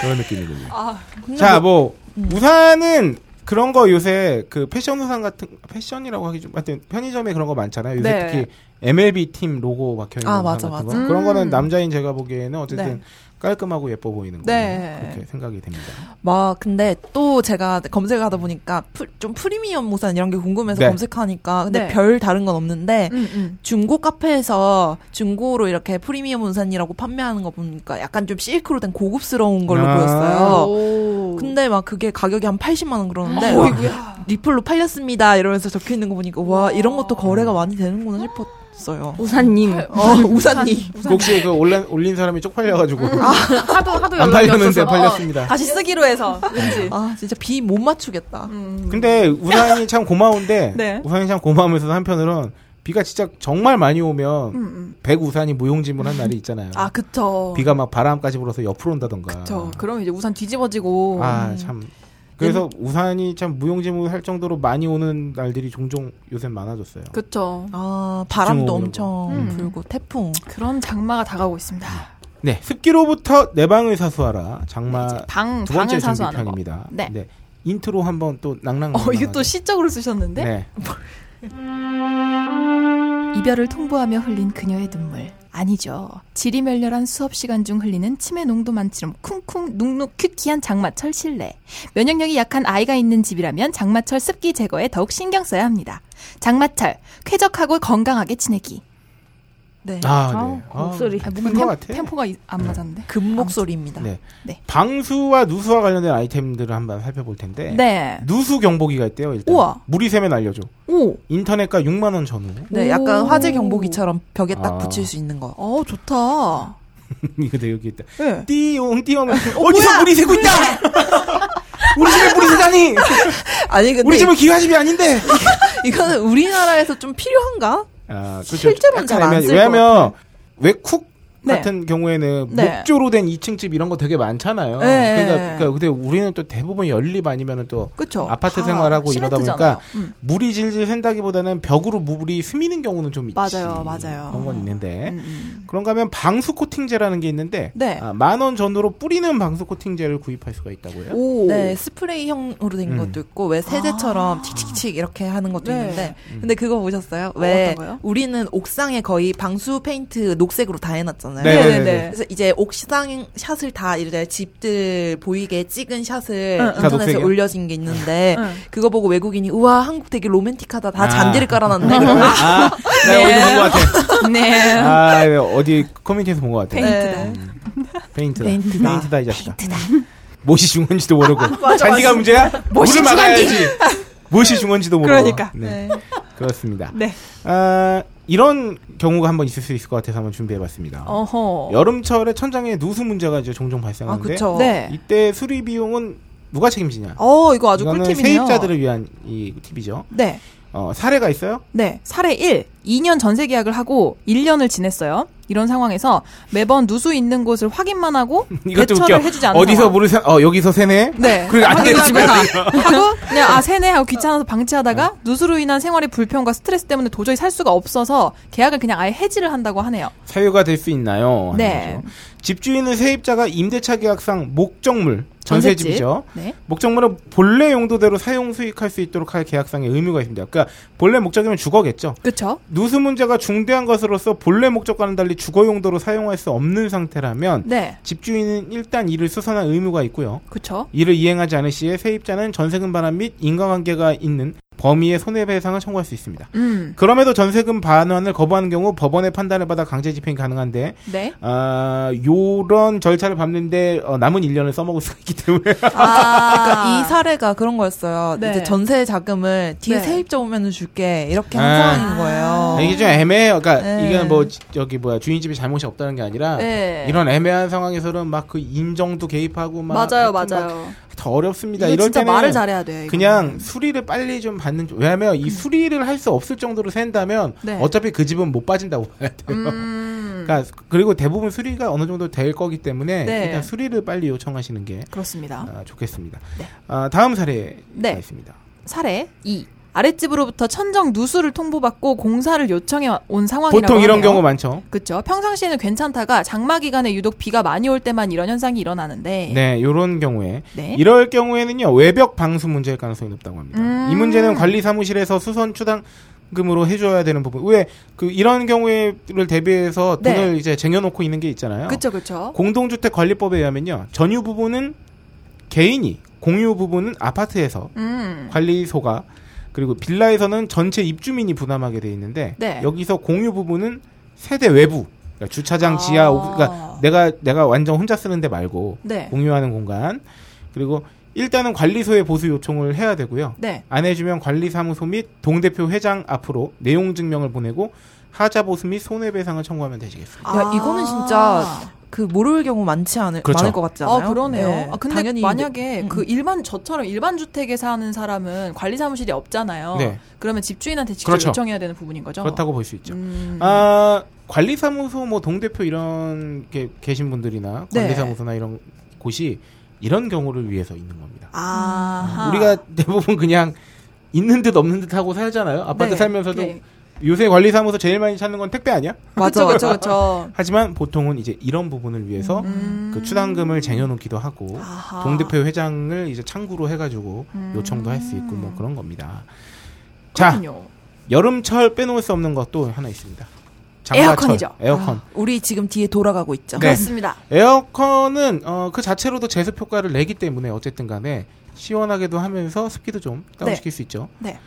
E: 그런 느낌이군요. 자, 뭐 우산은 그런 거 요새 그 패션 우산 같은 패션이라고 하기 좀 하여튼 편의점에 그런 거 많잖아요. 요새
D: 네.
E: 특히 MLB 팀 로고 박혀 있는
F: 아,
E: 우산
F: 맞아,
E: 같은
F: 맞아.
E: 거. 그런 거는
D: 음.
E: 남자인 제가 보기에는 어쨌든
D: 네.
E: 깔끔하고 예뻐 보이는 거
D: 네.
E: 그렇게 생각이 됩니다.
F: 막 근데 또 제가 검색하다 보니까 풀- 좀 프리미엄 우산 이런 게 궁금해서
E: 네.
F: 검색하니까 근데
D: 네.
F: 별 다른 건 없는데
D: 음, 음.
F: 중고 카페에서 중고로 이렇게 프리미엄 우산이라고 판매하는 거 보니까 약간 좀 실크로 된 고급스러운 걸로
E: 아.
F: 보였어요.
D: 오.
F: 근데 막 그게 가격이 한 80만 원 그러는데
D: 어이구야.
F: 리플로 팔렸습니다 이러면서 적혀 있는 거 보니까 와 이런 것도 거래가 많이 되는구나 싶었어요.
A: 우산님.
F: 어, 우산이
E: 혹시 그 올린, 올린 사람이 쪽팔려가지고
A: 하도, 하도
E: 안
A: 연락이
E: 팔렸는데
A: 없어서.
E: 팔렸습니다.
D: 다시 쓰기로 해서 왠지.
F: 아 진짜 비 못 맞추겠다.
E: 아.
D: 음.
E: 근데 우산이 참 고마운데
D: 네.
E: 우산이 참 고마우면서 한편으론 비가 진짜 정말 많이 오면 백 우산이 무용지물한 날이 있잖아요.
D: 음, 아 그쵸.
E: 비가 막 바람까지 불어서 옆으로 온다던가.
D: 그쵸. 음. 그럼 이제 우산 뒤집어지고.
E: 아 참. 그래서
D: 음.
E: 우산이 참 무용지물할 정도로 많이 오는 날들이 종종 요새 많아졌어요.
D: 그쵸.
F: 아
E: 집중
F: 바람도
E: 오는
F: 엄청
D: 음.
F: 불고 태풍.
D: 그런 장마가 다가오고 있습니다.
E: 네, 습기로부터 내 방을 사수하라 장마
D: 네, 방
E: 두 번째
D: 방을 사수하는 거.
E: 정규편입니다.
D: 네.
E: 인트로 한번 또 낭낭.
D: 어 이거 또 시적으로 쓰셨는데.
E: 네.
D: 이별을 통보하며 흘린 그녀의 눈물. 아니죠. 질이 멸렬한 수업 시간 중 흘리는 침의 농도만처럼 쿵쿵 눅눅 큐키한 장마철 실내. 면역력이 약한 아이가 있는 집이라면 장마철 습기 제거에 더욱 신경 써야 합니다. 장마철 쾌적하고 건강하게 지내기. 네.
E: 아, 네.
A: 아, 목소리.
D: 아,
E: 큰것 같아.
D: 템포가 이- 안 맞았는데.
F: 금 목소리입니다.
E: 네.
D: 네.
E: 방수와 누수와 관련된 아이템들을 한번 살펴볼 텐데.
D: 네.
E: 누수 경보기가 있대요. 일단
D: 우와.
E: 물이 새면 알려줘.
D: 오.
E: 인터넷가 6만 원 전후.
F: 네,
D: 오.
F: 약간 화재 경보기처럼 벽에 딱
E: 아.
F: 붙일 수 있는 거.
D: 어 좋다.
E: 이거 되게 여기 있다.
D: 네.
E: 띠용 띠용. 어디서 물이 새고 있다. 우리 집에 물이 새다니.
D: 네.
F: 아니 근데
E: 우리 집은 기와집이 아닌데.
F: 이거는 우리나라에서 좀 필요한가?
E: 아,
F: 실제로는
E: 약간
F: 잘안
E: 애매하-
F: 쓸것
E: 왜냐면 외쿡
D: 네.
E: 같은 경우에는
D: 네.
E: 목조로 된 2층 집 이런 거 되게 많잖아요.
D: 네.
E: 그러니까, 그러니까 근데 우리는 또 대부분 연립 아니면 또
D: 그쵸.
E: 아파트
D: 다
E: 생활하고 이러다 보니까
D: 시멘트잖아요. 음.
E: 물이 질질 샌다기보다는 벽으로 물이 스미는 경우는 좀 있지.
D: 맞아요, 맞아요.
E: 그런 건 있는데
D: 음, 음.
E: 그런가 하면 방수 코팅제라는 게 있는데
D: 네.
E: 아, 만원 전후로 뿌리는 방수 코팅제를 구입할 수가 있다고요.
D: 오.
F: 네, 스프레이형으로 된
E: 음.
F: 것도 있고 왜 세제처럼 칙칙칙 이렇게 하는 것도
D: 아. 네.
F: 있는데
E: 음.
F: 근데 그거 보셨어요? 왜
D: 어떤 거요?
F: 우리는 옥상에 거의 방수 페인트 녹색으로 다 해놨잖아요.
E: 네.
D: 네네네.
E: 네네네.
F: 그래서 이제 옥상 샷을 다 이제 집들 보이게 찍은 샷을
D: 응, 응.
E: 다
F: 인터넷에
E: 녹색이요?
F: 올려진 게 있는데
D: 응.
F: 그거 보고 외국인이 우와 한국 되게 로맨틱하다 다
E: 아.
F: 잔디를 깔아놨네.
E: 아, 내가 어디 본 것 같아.
D: 네.
E: 아, 이거 어디 커뮤니티에서 본 것 같아.
D: 페인트다.
E: 페인트다.
F: 페인트다.
E: 페인트다, 이 자식아. 무엇이 중요한지도 모르고.
D: 아,
E: 잔디가 문제야? 무엇이 막아야지. 무엇이 중요한지도 모르고.
D: 그러니까.
E: 네. 그렇습니다.
D: 네.
E: 아, 이런 경우가 한번 있을 수 있을 것 같아서 한번 준비해봤습니다.
D: 어허.
E: 여름철에 천장에 누수 문제가 이제 종종
F: 아
E: 발생하는데
F: 그쵸.
D: 네.
E: 이때 수리 비용은 누가 책임지냐?
D: 어, 이거 아주
E: 이거는
D: 꿀팁이네요.
E: 세입자들을 위한 이 팁이죠.
D: 네.
E: 어, 사례가 있어요?
D: 네. 사례 1. 2년 전세 계약을 하고 1년을 지냈어요. 이런 상황에서 매번 누수 있는 곳을 확인만 하고
E: 이것도
D: 대처를
E: 웃겨.
D: 해 주지 않는
E: 어디서
D: 상황.
E: 물을 사, 어, 여기서 새네?
D: 네.
E: 그리고 안
D: 확인을
E: 때려치면 안
D: 하고 하고 그냥 아, 세네 하고 귀찮아서 방치하다가
E: 네.
D: 누수로 인한 생활의 불편과 스트레스 때문에 도저히 살 수가 없어서 계약을 그냥 아예 해지를 한다고 하네요.
E: 사유가 될 수 있나요? 하는
D: 네.
E: 거죠. 집주인은 세입자가 임대차 계약상 목적물, 전세집이죠.
D: 네.
E: 목적물은 본래 용도대로 사용 수익할 수 있도록 할 계약상의 의무가 있습니다. 그러니까 본래 목적이면 주거겠죠.
D: 그렇죠?
E: 누수 문제가 중대한 것으로서 본래 목적과는 달리 주거 용도로 사용할 수 없는 상태라면
D: 네.
E: 집주인은 일단 이를 수선할 의무가 있고요.
D: 그렇죠?
E: 이를 이행하지 않을 시에 세입자는 전세금 반환 및 인과관계가 있는 범위의 손해배상을 청구할 수 있습니다.
D: 음.
E: 그럼에도 전세금 반환을 거부하는 경우 법원의 판단을 받아 강제 집행이 가능한데
D: 네.
E: 아, 요런 절차를 밟는데 어, 남은 1년을 써먹을 수가 있기 때문에
F: 그러니까
D: 아,
F: 이 사례가 그런 거였어요.
D: 네.
F: 이제 전세 자금을 뒤에
D: 네.
F: 세입자 오면 줄게 이렇게 한
E: 아.
F: 상황인
D: 어.
F: 거예요.
E: 이게 좀 애매해요. 그러니까
F: 네.
E: 이게 뭐 지- 저기 뭐야 주인집이 잘못이 없다는 게 아니라
D: 네.
E: 이런 애매한 상황에서는 막 그 인정도 개입하고 막
D: 맞아요,
E: 하여튼 막
D: 맞아요.
E: 더 어렵습니다.
D: 이거
E: 이럴
D: 진짜
E: 때는
D: 말을 잘해야 돼요. 이거. 음.
E: 그냥 수리를 빨리 좀 받는 쪽- 왜냐하면 이 수리를 할 수 없을 정도로 센다면
D: 네.
E: 어차피 그 집은 못 빠진다고 봐야 돼요.
D: 음,
E: 그러니까 그리고 대부분 수리가 어느 정도 될 거기 때문에
D: 네.
E: 일단 수리를 빨리 요청하시는 게
D: 그렇습니다.
E: 아, 좋겠습니다. 아, 다음 사례가
D: 네.
E: 있습니다.
D: 사례 2. 아랫집으로부터 천정 누수를 통보받고 공사를 요청해 온 상황이라고
E: 보통 이런
D: 하네요.
E: 경우 많죠.
D: 그렇죠. 평상시에는 괜찮다가 장마 기간에 유독 비가 많이 올 때만 이런 현상이 일어나는데
E: 네, 요런 경우에
D: 네.
E: 이럴 경우에는요 외벽 방수 문제일 가능성이 높다고 합니다.
D: 음.
E: 이 문제는 관리 사무실에서 수선 추당금으로 해줘야 되는 부분. 왜 그 이런 경우를 대비해서
D: 네.
E: 돈을 이제 쟁여놓고 있는 게 있잖아요.
D: 그렇죠. 그렇죠.
E: 공동주택 관리법에 의하면요 전유 부분은 개인이, 공유 부분은 아파트에서
D: 음.
E: 관리소가 그리고 빌라에서는 전체 입주민이 부담하게 돼 있는데
D: 네.
E: 여기서 공유 부분은 세대 외부 그러니까 주차장 지하
D: 아.
E: 옥- 그러니까 내가 내가 완전 혼자 쓰는 데 말고
D: 네.
E: 공유하는 공간 그리고 일단은 관리소에 보수 요청을 해야 되고요.
D: 네.
E: 안 해주면 관리사무소 및 동대표 회장 앞으로 내용 증명을 보내고 하자 보수 및 손해배상을 청구하면 되시겠습니다.
D: 아.
F: 야, 이거는 진짜 그 모를 경우 많지 않을
E: 그렇죠.
F: 많을 것 같지 않아요?
D: 아 그러네요.
F: 네.
D: 아 근데
F: 당연히
D: 만약에
F: 음,
D: 그
F: 음.
D: 일반 저처럼 일반 주택에 사는 사람은 관리 사무실이 없잖아요.
E: 네.
D: 그러면 집주인한테 직접
E: 그렇죠.
D: 요청해야 되는 부분인 거죠.
E: 그렇다고 볼 수 있죠.
D: 음.
E: 아 관리사무소 뭐 동대표 이런 게 계신 분들이나
D: 네.
E: 관리사무소나 이런 곳이 이런 경우를 위해서 있는 겁니다.
D: 아하.
E: 우리가 대부분 그냥 있는 듯 없는 듯 하고 살잖아요. 아파트
D: 네.
E: 살면서도
D: 네.
E: 요새 관리사무소 제일 많이 찾는 건 택배 아니야?
F: 맞아,
D: 그렇죠, 그렇죠,
F: 맞아.
D: 그렇죠.
E: 하지만 보통은 이제 이런 부분을 위해서
D: 음.
E: 그 추당금을 쟁여놓기도 하고
D: 아하.
E: 동대표 회장을 이제 창구로 해가지고
D: 음.
E: 요청도 할 수 있고 뭐 그런 겁니다. 자 네.
D: 그렇군요.
E: 여름철 빼놓을 수 없는 것도 하나 있습니다.
D: 에어컨이죠.
E: 에어컨.
F: 우리 지금 뒤에 돌아가고 있죠.
E: 네.
D: 그렇습니다.
E: 에어컨은 어, 그 자체로도 제습 효과를 내기 때문에 어쨌든간에 시원하게도 하면서 습기도 좀 다운시킬 수 있죠.
D: 네.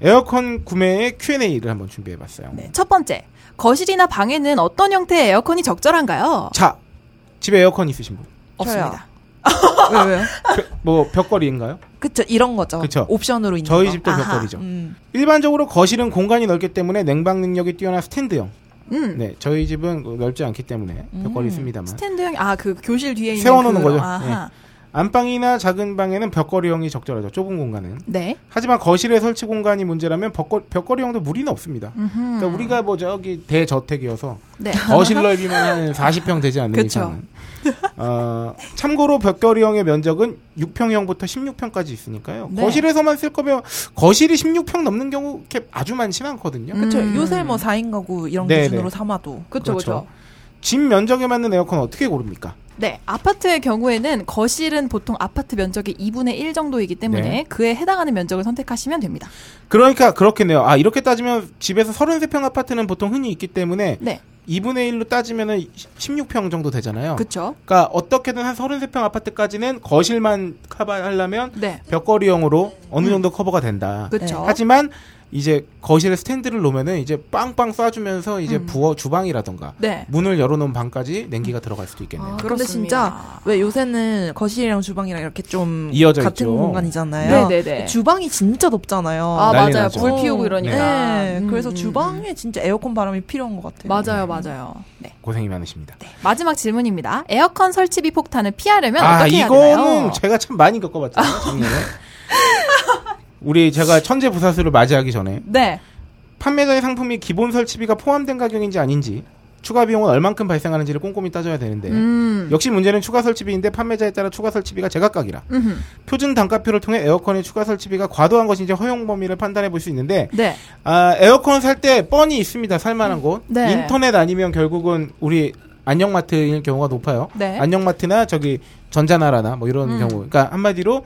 E: 에어컨 구매의 Q&A를 한번 준비해봤어요.
D: 네. 첫 번째. 거실이나 방에는 어떤 형태의 에어컨이 적절한가요?
E: 자 집에 에어컨 있으신 분.
D: 없습니다.
F: 왜, 왜요?
E: 뭐 벽걸이인가요?
F: 그쵸, 이런 거죠.
E: 그쵸.
F: 옵션으로 있는
E: 저희
F: 거.
E: 집도
D: 아하.
E: 벽걸이죠.
F: 음.
E: 일반적으로 거실은 공간이 넓기 때문에 냉방 능력이 뛰어난 스탠드형.
D: 음.
E: 네, 저희 집은 넓지 않기 때문에 벽걸이 씁니다만.
D: 스탠드형 아 그 교실 뒤에 있는
E: 세워놓는
D: 그-
E: 거죠.
D: 아하.
E: 안방이나 작은 방에는 벽걸이형이 적절하죠. 좁은 공간은.
D: 네.
E: 하지만 거실의 설치 공간이 문제라면 벽걸, 벽걸이형도 무리는 없습니다. 그러니까
D: 음.
E: 우리가 뭐 저기 대저택이어서
D: 네.
E: 거실 넓이만 한 40평 되지 않는
D: 그쵸.
E: 이상은. 어, 참고로 벽걸이형의 면적은 6평형부터 16평까지 있으니까요.
D: 네.
E: 거실에서만 쓸 거면 거실이 16평 넘는 경우 이렇게 아주 많지는 않거든요.
D: 음.
F: 그쵸. 요새 뭐 4인 가구 이런
E: 네,
F: 기준으로
E: 네.
F: 삼아도.
D: 그렇죠, 그렇죠.
E: 집 면적에 맞는 에어컨 어떻게 고릅니까?
D: 네, 아파트의 경우에는 거실은 보통 아파트 면적의 2분의 1 정도이기 때문에
E: 네.
D: 그에 해당하는 면적을 선택하시면 됩니다.
E: 그러니까 그렇겠네요. 아 이렇게 따지면 집에서 33평 아파트는 보통 흔히 있기 때문에
D: 네.
E: 2분의 1로 따지면은 16평 정도 되잖아요. 그... 러
D: 그렇죠?
E: 니까 어떻게든 한 33평 아파트까지는 거실만 커버하려면
D: 네.
E: 벽걸이형으로 어느 정도 커버가 된다.
D: 그렇죠.
E: 하지만 이제 거실에 스탠드를 놓으면은 이제 빵빵 쏴주면서 이제
D: 음.
E: 부엌 주방이라든가
D: 네. 아.
E: 문을 열어놓은 방까지 냉기가 들어갈 수도 있겠네요.
F: 근데 진짜 왜 요새는 거실이랑 주방이랑 이렇게 좀
E: 이어져
F: 같은
E: 있죠.
F: 공간이잖아요.
D: 네, 네, 네.
F: 주방이 진짜 높잖아요.
D: 아,
E: 난리
D: 맞아요.
E: 나죠.
D: 불 피우고 이러니까.
F: 네,
D: 음,
F: 그래서
D: 음, 음.
F: 주방에 진짜 에어컨 바람이 필요한 것
D: 맞아요,
F: 같아요.
D: 맞아요. 네.
E: 고생이 많으십니다.
D: 마지막 질문입니다. 에어컨 설치비 폭탄을 피하려면
E: 아
D: 어떻게 해야
E: 이거는
D: 되나요?
E: 제가 참 많이 겪어봤잖아요. 작년에. 우리 제가 천재 부사수를 맞이하기 전에
D: 네.
E: 판매자의 상품이 기본 설치비가 포함된 가격인지 아닌지 추가 비용은 얼만큼 발생하는지를 꼼꼼히 따져야 되는데
D: 음.
E: 역시 문제는 추가 설치비인데 판매자에 따라 추가 설치비가 제각각이라
D: 음흠.
E: 표준 단가표를 통해 에어컨의 추가 설치비가 과도한 것인지 허용 범위를 판단해 볼 수 있는데
D: 네.
E: 아, 에어컨 살 때 뻔히 있습니다. 살만한 곳.
D: 네.
E: 인터넷 아니면 결국은 우리 안녕마트일 경우가 높아요.
D: 네.
E: 안녕마트나 저기 전자나라나 뭐 이런
D: 음.
E: 경우. 그러니까 한마디로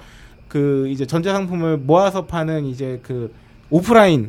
E: 그 이제 전자상품을 모아서 파는 이제 그 오프라인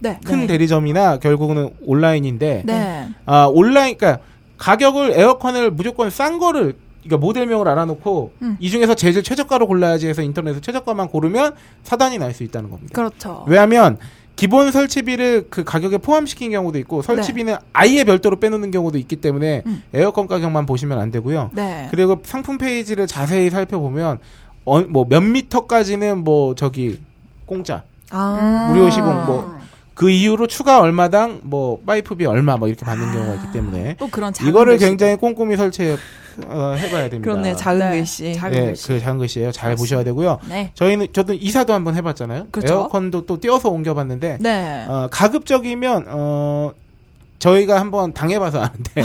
D: 네.
E: 큰 대리점이나 결국은 온라인인데
D: 네.
E: 아 온라인 그러니까 가격을 에어컨을 무조건 싼 거를 그러니까 모델명을 알아놓고
D: 음.
E: 이 중에서 제일 최저가로 골라야지 해서 인터넷에서 최저가만 고르면 사단이 날 수 있다는 겁니다.
D: 그렇죠.
E: 왜냐하면 기본 설치비를 그 가격에 포함시킨 경우도 있고 설치비는 아예 별도로 빼놓는 경우도 있기 때문에
D: 네. 음.
E: 에어컨 가격만 보시면 안 되고요.
D: 네.
E: 그리고 상품 페이지를 자세히 살펴보면 어, 뭐몇 미터까지는 뭐 저기 공짜
F: 아.
E: 무료 시공 뭐 그 이후로 추가 얼마당 뭐 파이프비 얼마 뭐 이렇게 받는 경우가
D: 아.
E: 있기 때문에
D: 또 그런 작은
E: 이거를
D: 글씨.
E: 굉장히 꼼꼼히 설치해 어, 해봐야 됩니다.
F: 그렇네. 작은
D: 네.
F: 글씨.
D: 작은
E: 예,
D: 글씨.
E: 그 작은 글씨예요. 잘 보셔야 되고요.
D: 네.
E: 저희는 저도 이사도 한번 해봤잖아요.
D: 그렇죠.
E: 에어컨도 또 띄어서 옮겨봤는데
D: 네.
E: 어, 가급적이면 어 저희가 한번 당해봐서 아는데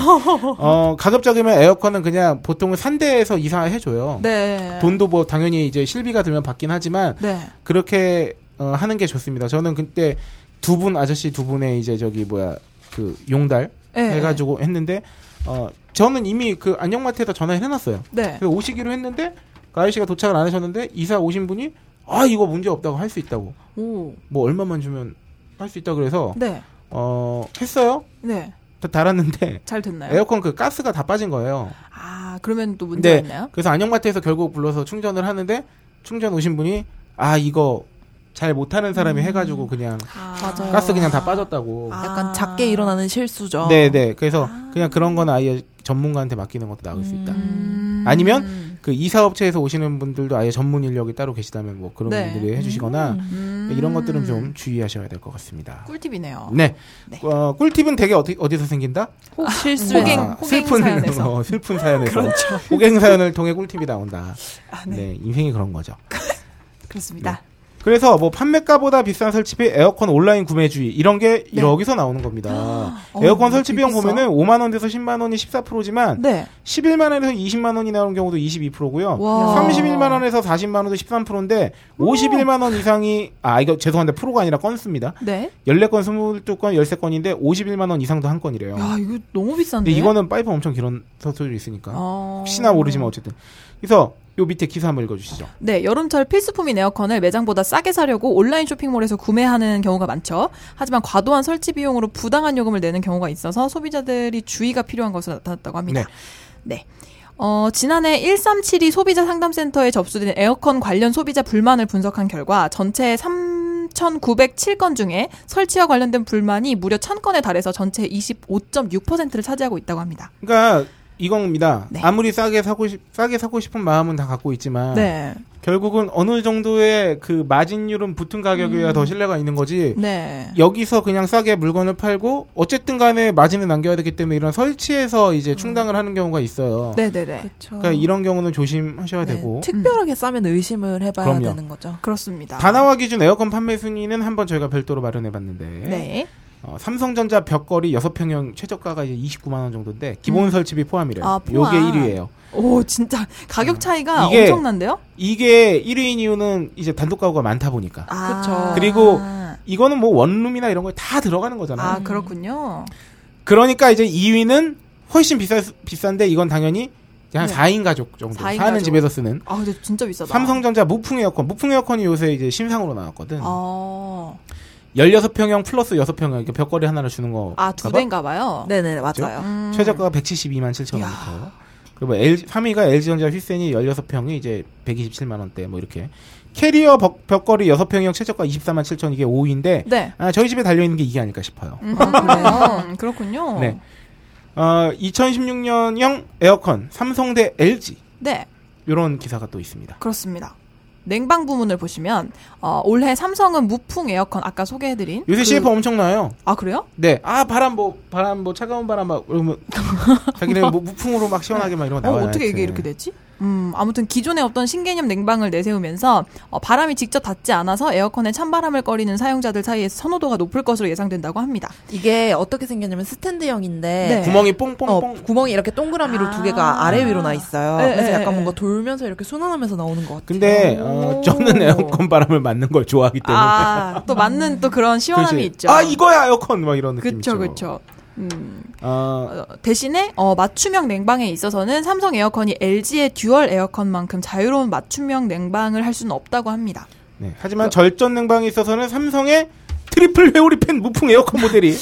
E: 어 가급적이면 에어컨은 그냥 보통은 산대에서 이사해줘요.
D: 네.
E: 아, 돈도 뭐 당연히 이제 실비가 들면 받긴 하지만
D: 네.
E: 그렇게 어, 하는 게 좋습니다. 저는 그때 두 분 아저씨 두 분의 이제 저기 뭐야 그 용달
D: 네.
E: 해가지고 했는데 어 저는 이미 그 안녕마트에다 전화를 해놨어요.
D: 네.
E: 그래서 오시기로 했는데 그 아저씨가 도착을 안 하셨는데 이사 오신 분이 아 이거 문제 없다고 할 수 있다고
D: 오.
E: 뭐 얼마만 주면 할 수 있다 그래서
D: 네.
E: 어 했어요.
D: 네.
E: 다 달았는데
D: 잘 됐나요?
E: 에어컨 그 가스가 다 빠진 거예요.
D: 아, 그러면 또 문제가
E: 네.
D: 있나요?
E: 그래서 안녕마트에서 결국 불러서 충전을 하는데 충전 오신 분이 아 이거 잘 못하는 사람이 해가지고 그냥
D: 음. 아,
F: 맞아요.
E: 가스 그냥 다 빠졌다고.
D: 아.
F: 약간 작게 일어나는 실수죠.
E: 네네. 그래서 그냥 그런 건 아예 전문가한테 맡기는 것도 나을 수 있다.
D: 음.
E: 아니면 그 이사업체에서 오시는 분들도 아예 전문 인력이 따로 계시다면 뭐 그런
D: 네.
E: 분들이 해주시거나 네,
D: 음.
E: 이런 것들은 좀 주의하셔야 될 것 같습니다.
D: 꿀팁이네요.
E: 네.
D: 네.
E: 어, 꿀팁은 되게 어디, 어디서 생긴다?
F: 실수.
D: 호갱,
E: 아,
D: 호갱
E: 슬픈,
D: 사연에서. 그렇죠.
E: 어, 슬픈 사연에서. 호갱 사연을 통해 꿀팁이 나온다.
D: 아,
E: 네.
D: 네.
E: 인생이 그런 거죠.
D: 그렇습니다.
E: 그래서 뭐 판매가보다 비싼 설치비, 에어컨 온라인 구매주의 이런 게
D: 네.
E: 여기서 나오는 겁니다.
D: 아,
E: 에어컨 설치 비용
D: 비싸.
E: 보면은 5만 원에서 10만 원이 14%지만
D: 네.
E: 11만 원에서 20만 원이 나오는 경우도 22%고요.
D: 와.
E: 31만 원에서 40만 원도 13%인데 51만 원 이상이 아 이거 죄송한데 프로가 아니라 건수입니다.
D: 네.
E: 14건, 22건, 13건인데 51만 원 이상도 한 건이래요.
D: 야, 이거 너무
E: 어. 근데
D: 비싼데.
E: 이거는 파이프 엄청 길은 서술이 있으니까
D: 어.
E: 혹시나 모르지만 어쨌든 그래서 요 밑에 기사 한번 읽어주시죠.
D: 네, 여름철 필수품인 에어컨을 매장보다 싸게 사려고 온라인 쇼핑몰에서 구매하는 경우가 많죠. 하지만 과도한 설치 비용으로 부당한 요금을 내는 경우가 있어서 소비자들이 주의가 필요한 것으로 나타났다고 합니다. 네. 어, 지난해 1372 소비자 상담센터에 접수된 에어컨 관련 소비자 불만을 분석한 결과 전체 3,907건 중에 설치와 관련된 불만이 무려 1,000건에 달해서 전체 25.6%를 차지하고 있다고 합니다.
E: 그러니까 이겁니다.
D: 네.
E: 아무리 싸게 사고 싶, 싸게 사고 싶은 마음은 다 갖고 있지만
D: 네.
E: 결국은 어느 정도의 그 마진율은 붙은 가격이어야 더 신뢰가 있는 거지.
D: 음. 네.
E: 여기서 그냥 싸게 물건을 팔고 어쨌든 간에 마진을 남겨야 되기 때문에 이런 설치에서 이제 충당을 하는 경우가 있어요.
D: 음. 네, 네, 네.
F: 그렇죠.
E: 그러니까 이런 경우는 조심하셔야
F: 네,
E: 되고
F: 특별하게 싸면 의심을 해봐야
E: 그럼요.
F: 되는 거죠.
D: 그렇습니다.
E: 다나와 기준 에어컨 판매 순위는 한번 저희가 별도로 마련해 봤는데
D: 네.
E: 어, 삼성전자 벽걸이 6평형 최저가가 이제 29만 원 정도인데 기본 설치비 포함이래요.
D: 음. 아,
E: 요게
D: 포함.
E: 1위예요.
D: 오 진짜 가격
E: 음.
D: 차이가
E: 이게-
D: 엄청난데요?
E: 이게 1위인 이유는 이제 단독 가구가 많다 보니까.
D: 아,
F: 그쵸.
E: 그리고 이거는 뭐 원룸이나 이런 거 다 들어가는 거잖아요.
D: 아 그렇군요.
E: 그러니까 이제 2위는 훨씬 비싸 비싼데 이건 당연히 이제 한
D: 네.
E: 4인 가족 정도
D: 사인
E: 사는
D: 가족.
E: 집에서 쓰는
D: 아 근데 진짜 비싸다.
E: 삼성전자 무풍 에어컨 무풍 에어컨이 요새 이제 신상으로 나왔거든.
D: 아,
E: 16평형 플러스 6평형 이렇게 벽걸이 하나를 주는 거.
D: 아두
E: 봐봐.
D: 대인가봐요.
F: 네네
E: 그죠?
F: 맞아요.
D: 음.
E: 최저가가 172만 7천 원부터. 그리고 뭐 L, 3위가 LG전자 휘센이 16평이 이제 127만 원대 뭐 이렇게. 캐리어 벽, 벽걸이 6평형 최저가 24만 7천 이게 5위인데
D: 네.
E: 아, 저희 집에 달려 있는 게 이게 아닐까 싶어요.
D: 음, 그래요. 음, 그렇군요.
E: 네. 어, 2016년형 에어컨 삼성 대 LG
D: 네,
E: 이런 기사가 또 있습니다.
D: 그렇습니다. 냉방 부문을 보시면 어, 올해 삼성은 무풍 에어컨 아까 소개해드린
E: 요새
D: 그-
E: CF 엄청나요.
D: 아 그래요?
E: 네. 아, 바람 뭐, 바람 뭐, 차가운 바람 막, 이러면, 자기네 뭐, 무풍으로 막 시원하게 막 이런 거
D: 어,
E: 나와요. 네.
D: 어떻게 이게 이렇게 되지? 음, 아무튼 기존의 어떤 신개념 냉방을 내세우면서 어, 바람이 직접 닿지 않아서 에어컨의 찬바람을 꺼리는 사용자들 사이에서 선호도가 높을 것으로 예상된다고 합니다.
F: 이게 어떻게 생겼냐면 스탠드형인데
D: 네.
E: 구멍이
F: 어,
E: 뽕뽕뽕.
F: 구멍이 이렇게 동그라미로
D: 아.
F: 두 개가 아래 위로 나 있어요.
D: 네,
F: 그래서
D: 네,
F: 약간
D: 네.
F: 뭔가 돌면서 이렇게 순환하면서 나오는 것 같아요.
E: 근데, 어, 저는 에어컨 바람을 맞는 걸 좋아하기 때문에.
D: 아, 또 맞는 또 그런 시원함이
E: 그렇지.
D: 있죠.
E: 아, 이거야, 에어컨! 막 이런 느낌.
D: 그쵸,
E: 있죠.
D: 그쵸. 음,
E: 어,
D: 어, 대신에 어, 맞춤형 냉방에 있어서는 삼성 에어컨이 LG의 듀얼 에어컨만큼 자유로운 맞춤형 냉방을 할 수는 없다고 합니다.
E: 네. 하지만 절전 냉방에 있어서는 삼성의 트리플 회오리 팬 무풍 에어컨 모델이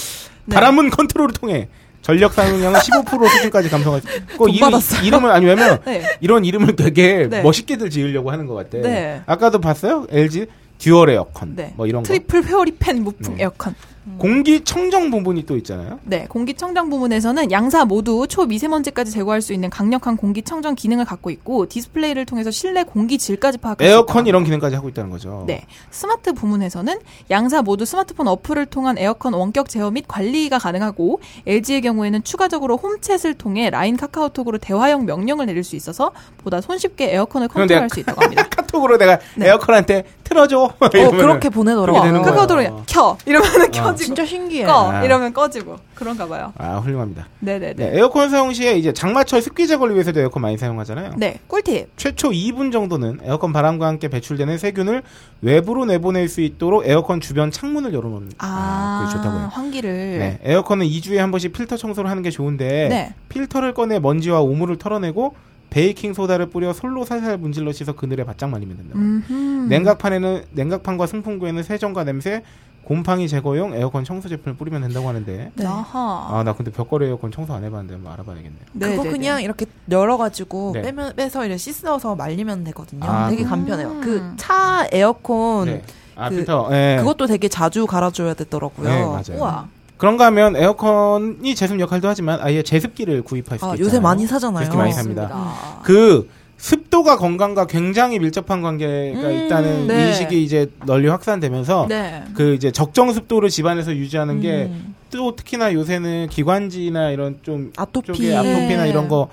E: 바람은 컨트롤을 통해 전력 사용량은 15% 수준까지 감소했고
F: 돈 받았어요.
E: 이름을 아니 왜냐면
D: 네.
E: 이런 이름을 되게
D: 네.
E: 멋있게들 지으려고 하는 것 같아.
D: 네.
E: 아까도 봤어요? LG 듀얼 에어컨
D: 네.
E: 뭐 이런
D: 트리플 회오리팬 무풍
E: 네.
D: 에어컨.
E: 거. 공기 청정 부분이 또 있잖아요.
D: 네, 공기청정 부문에서는 양사 모두 초미세먼지까지 제거할 수 있는 강력한 공기청정 기능을 갖고 있고 디스플레이를 통해서 실내 공기 질까지 파악할 수
E: 에어컨
D: 있다.
E: 이런 기능까지 하고 있다는 거죠.
D: 그렇죠. 네. 스마트 부문에서는 양사 모두 스마트폰 어플을 통한 에어컨 원격 제어 및 관리가 가능하고 LG의 경우에는 추가적으로 홈챗을 통해 라인 카카오톡으로 대화형 명령을 내릴 수 있어서 보다 손쉽게 에어컨을
E: 그럼 내가
D: 컨트롤할 수 있다고 합니다.
E: 카톡으로 내가
D: 네.
E: 에어컨한테 틀어줘.
F: 어,
E: 이러면은
F: 그렇게 보내더라고요.
E: 그렇게 되는 거예요.
D: 카카오톡으로 그냥 켜 이러면 은
E: 아.
D: 켜지고
F: 진짜 신기해.
D: 꺼
E: 아.
D: 이러면 꺼지고 그런가 봐요.
E: 아 훌륭합니다.
D: 네네네.
E: 네,
D: 네.
E: 에어컨 사용 시에 이제 장마철 습기 제거를 위해서도 에어컨 많이
D: 네.
E: 사용하잖아요.
D: 꿀팁.
E: 최초 2분 정도는 에어컨 바람과 함께 배출되는 세균을 외부로 내보낼 수 있도록 에어컨 주변 창문을 열어놓는
D: 아,
E: 그게 좋다고요.
D: 환기를.
E: 네, 에어컨은 2주에 한 번씩 필터 청소를 하는 게 좋은데
D: 네.
E: 필터를 꺼내 먼지와 오물을 털어내고 베이킹 소다를 뿌려 솔로 살살 문질러 씻어 그늘에 바짝 말리면 된다. 고
D: 음흠.
E: 냉각판에는 냉각판과 승풍구에는 세정과 냄새, 곰팡이 제거용 에어컨 청소 제품을 뿌리면 된다고 하는데
D: 네. 아하.
E: 아 나 근데 벽걸이 에어컨 청소 안 해봤는데 한번 알아봐야겠네요.
D: 네, 네,
F: 그거
D: 네.
F: 그냥 이렇게 열어가지고
E: 네.
F: 빼면 빼서 이렇게 씻어서 말리면 되거든요.
E: 아,
F: 되게
E: 그-
F: 간편해요.
D: 음.
F: 그 차 에어컨
E: 네. 아
F: 그-
E: 필터. 예.
F: 그것도 되게 자주 갈아줘야 되더라고요.
E: 네, 맞아요.
F: 우와.
E: 그런가 하면 에어컨이 제습 역할도 하지만 아예 제습기를 구입할 수도
F: 아,
E: 있잖아요.
F: 요새 많이 사잖아요.
E: 제습기 많이 삽니다. 그 습도가 건강과 굉장히 밀접한 관계가
F: 음,
E: 있다는
D: 네.
E: 인식이 이제 널리 확산되면서
D: 네.
E: 그 이제 적정 습도를 집안에서 유지하는
F: 음.
E: 게 또 특히나 요새는 기관지나 이런 좀
F: 아토피.
E: 쪽에 아토피나
D: 네.
E: 이런 거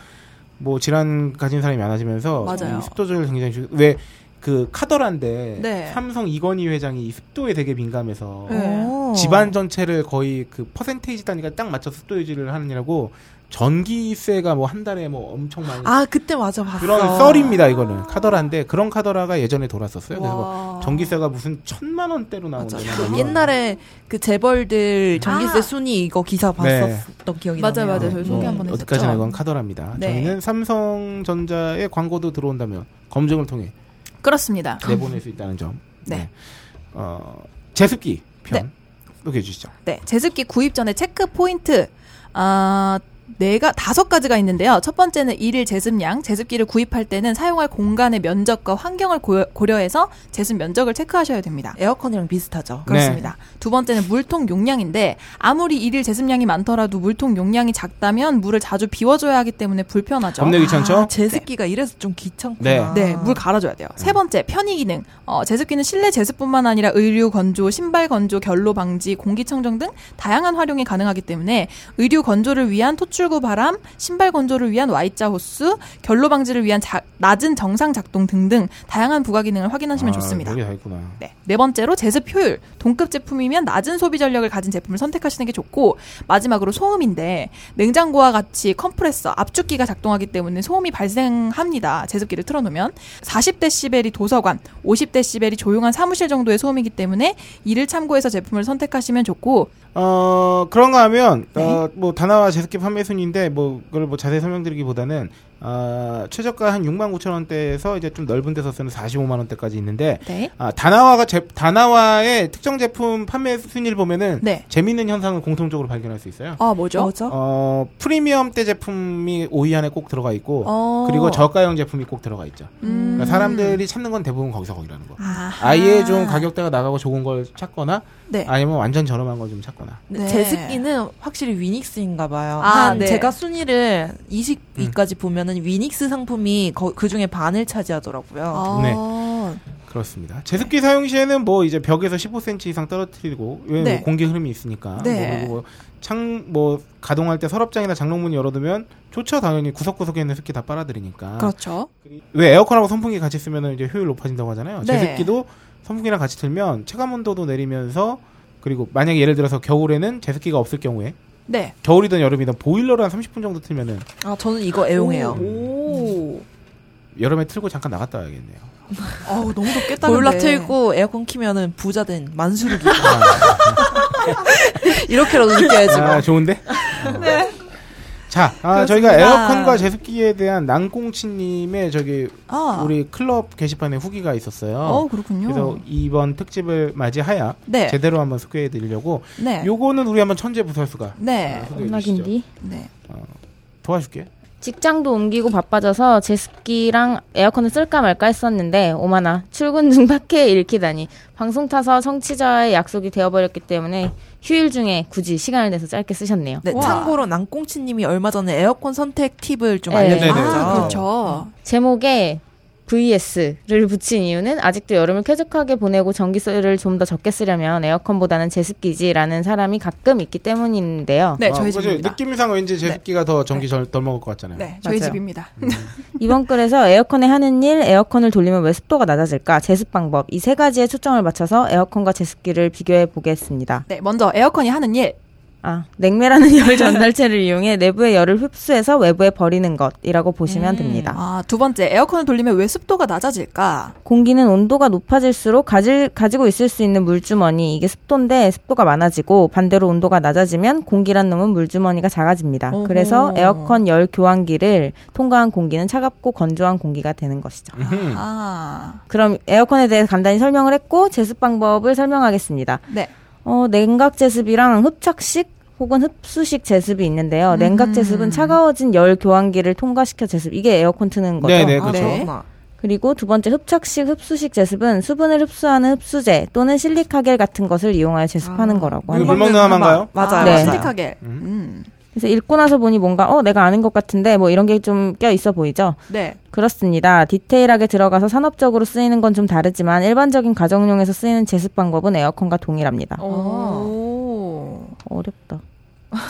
E: 뭐 질환 가진 사람이 많아지면서
D: 맞아요.
E: 이 습도 조절 굉장히 중요. 왜그 카더란데
D: 네.
E: 삼성 이건희 회장이 이 습도에 되게 민감해서
D: 네.
F: 오.
E: 집안 전체를 거의 그 퍼센테이지 단위가 딱 맞춰서 습도 유지를 하느라고 전기세가 뭐 한 달에 뭐 엄청 많이
F: 아 그때 맞아 봤어.
E: 그런 썰입니다 이거는 카더라인데 그런 카더라가 예전에 돌았었어요. 그래서 뭐
D: 와.
E: 전기세가 무슨 천만 원대로 나오는
F: 맞아. 옛날에 그 재벌들 전기세
D: 아.
F: 순위 이거 기사
E: 네.
F: 봤었던 기억이
D: 맞아요,
F: 나네요. 음.
D: 맞아요. 저희 소개 한번 했었죠.
E: 어디까지나 이건 카더라입니다.
D: 네.
E: 저희는 삼성전자의 광고도 들어온다면 검증을 통해
D: 그렇습니다.
E: 내보낼 수 있다는 점.
D: 네.
E: 어, 제습기 편
D: 네.
E: 소개해 주시죠.
D: 네, 제습기 구입 전에 체크 포인트. 아, 네가 다섯 가지가 있는데요. 첫 번째는 일일 제습량. 제습기를 구입할 때는 사용할 공간의 면적과 환경을 고려, 고려해서 제습 면적을 체크하셔야 됩니다.
F: 네. 에어컨이랑 비슷하죠.
D: 그렇습니다. 두 번째는 물통 용량인데 아무리 일일 제습량이 많더라도 물통 용량이 작다면 물을 자주 비워줘야 하기 때문에 불편하죠.
E: 겁내 네, 귀찮죠?
F: 아, 제습기가 이래서 좀 귀찮구나.
E: 네.
D: 네, 물 갈아줘야 돼요. 세 번째, 편의 기능. 어, 제습기는 실내 제습뿐만 아니라 의류 건조, 신발 건조, 결로 방지, 공기청정 등 다양한 활용이 가능하기 때문에 의류 건조를 위한 토출구 바람, 신발 건조를 위한 Y자 호수, 결로 방지를 위한 자- 낮은 정상 작동 등등 다양한 부가 기능을 확인하시면
E: 아,
D: 좋습니다.
E: 여기 다 있구나.
D: 네. 네 번째로 제습 효율. 동급 제품이면 낮은 소비 전력을 가진 제품을 선택하시는 게 좋고 마지막으로 소음인데 냉장고와 같이 컴프레서 압축기가 작동하기 때문에 소음이 발생합니다. 제습기를 틀어 놓으면 40데시벨이 도서관, 50데시벨이 조용한 사무실 정도의 소음이기 때문에 이를 참고해서 제품을 선택하시면 좋고
E: 어, 그런가 하면,
D: 네.
E: 어, 뭐, 다나와 제습기 판매 순위인데, 뭐, 그걸 뭐 자세히 설명드리기보다는, 아, 최저가 한 6만 9천 원대에서 이제 좀 넓은 데서 쓰는 45만 원대까지 있는데,
D: 네.
E: 아, 다나와가, 제, 다나와의 특정 제품 판매 순위를 보면은,
D: 네.
E: 재밌는 현상을 공통적으로 발견할 수 있어요.
D: 아, 뭐죠?
F: 뭐죠?
E: 어, 프리미엄 대 제품이 5위 안에 꼭 들어가 있고,
D: 어.
E: 그리고 저가형 제품이 꼭 들어가 있죠.
D: 음.
E: 그러니까 사람들이 찾는 건 대부분 거기서 거기라는 거.
D: 아하.
E: 아예 좀 가격대가 나가고 좋은 걸 찾거나,
D: 네.
E: 아니면 완전 저렴한 걸 좀 찾거나.
F: 근데
D: 네.
F: 제습기는 확실히 위닉스인가 봐요.
D: 아,
F: 한
D: 네.
F: 제가 순위를 20위까지
E: 음.
F: 보면은 위닉스 상품이 거- 그 중에 반을 차지하더라고요.
D: 아.
E: 네. 그렇습니다. 제습기 사용 시에는 뭐 이제 벽에서 15cm 이상 떨어뜨리고 왜뭐
D: 네.
E: 공기 흐름이 있으니까
D: 네.
E: 뭐 그리고 뭐 창 뭐 가동할 때 서랍장이나 장롱문 열어두면 좋죠 당연히 구석구석에 있는 습기 다 빨아들이니까
D: 그렇죠.
E: 왜 에어컨하고 선풍기 같이 쓰면 이제 효율 높아진다고 하잖아요.
D: 네.
E: 제습기도 선풍기랑 같이 틀면 체감 온도도 내리면서 그리고 만약에 예를 들어서 겨울에는 제습기가 없을 경우에
D: 네.
E: 겨울이든 여름이든 보일러를 한 30분 정도 틀면은
F: 아, 저는 이거 애용해요.
D: 네. 오.
E: 여름에 틀고 잠깐 나갔다 와야겠네요.
D: 아우, 너무 덥겠다.
F: 보일러
D: 근데.
F: 틀고 에어컨 키면은 부자된 만수르기
E: 아.
F: 이렇게라도 느껴야지. 뭐.
E: 아, 좋은데? 네. 아, 자, 아, 저희가
D: 아, 네. 그렇습니다.
E: 에어컨과 제습기에 대한 난공치님의 저기
D: 아,
E: 우리 클럽 게시판에 후기가 있었어요.
D: 어 그렇군요.
E: 그래서 이번 특집을 맞이하여
D: 네,
E: 제대로 한번 소개해드리려고
D: 네,
E: 요거는 우리 한번 천재 부설수가
D: 네,
E: 소개해주시죠.
A: 겁나긴디.
D: 네.
E: 도와줄게.
A: 직장도 옮기고 바빠져서 제습기랑 에어컨을 쓸까 말까 했었는데 오마나 출근 중 팟캐 읽히다니 방송 타서 청취자의 약속이 되어버렸기 때문에 휴일 중에 굳이 시간을 내서 짧게 쓰셨네요.
F: 네,
D: 와.
F: 참고로 난꽁치님이 얼마 전에 에어컨 선택 팁을 좀
A: 네.
F: 알려주셨죠.
E: 네네.
D: 아, 그렇죠.
A: 제목에 VS를 붙인 이유는 아직도 여름을 쾌적하게 보내고 전기세를 좀 더 적게 쓰려면 에어컨보다는 제습기지라는 사람이 가끔 있기 때문인데요.
D: 네,
E: 아,
D: 저희
E: 그죠?
D: 집입니다.
E: 느낌상 왠지 제습기가 더 전기 절, 덜 먹을 것 같잖아요. 음.
D: 네, 저희
A: 맞아요.
D: 집입니다.
A: 이번 글에서 에어컨에 하는 일, 에어컨을 돌리면 왜 습도가 낮아질까, 제습 방법 이 세 가지에 초점을 맞춰서 에어컨과 제습기를 비교해 보겠습니다.
D: 네, 먼저 에어컨이 하는 일.
A: 아, 냉매라는 열 전달체를 이용해 내부의 열을 흡수해서 외부에 버리는 것이라고 보시면 됩니다.
D: 아, 두 번째 에어컨을 돌리면 왜 습도가 낮아질까?
A: 공기는 온도가 높아질수록 가질, 가지고 있을 수 있는 물주머니, 이게 습도인데 습도가 많아지고 반대로 온도가 낮아지면 공기란 놈은 물주머니가 작아집니다.
D: 어허.
A: 그래서 에어컨 열 교환기를 통과한 공기는 차갑고 건조한 공기가 되는 것이죠.
E: 음.
D: 아,
A: 그럼 에어컨에 대해 간단히 설명을 했고 제습 방법을 설명하겠습니다.
D: 네.
A: 어, 냉각 제습이랑 흡착식 혹은 흡수식 제습이 있는데요. 냉각
D: 음.
A: 제습은 차가워진 열 교환기를 통과시켜 제습. 이게 에어컨 트는 거죠.
E: 네네,
F: 아,
E: 그렇죠.
D: 네.
F: 그렇구나.
A: 그리고 두 번째 흡착식 흡수식 제습은 수분을 흡수하는 흡수제 또는 실리카겔 같은 것을 이용하여 제습하는
F: 아,
A: 거라고
E: 이거
A: 합니다.
E: 물 먹는 하마인가요?
F: 맞아요.
D: 아,
A: 네.
F: 맞아요.
D: 실리카겔. 음.
A: 그래서 읽고 나서 보니 뭔가 어 내가 아는 것 같은데 뭐 이런 게 좀 껴 있어 보이죠.
D: 네.
A: 그렇습니다. 디테일하게 들어가서 산업적으로 쓰이는 건 좀 다르지만 일반적인 가정용에서 쓰이는 제습 방법은 에어컨과 동일합니다.
D: 오.
A: 어렵다.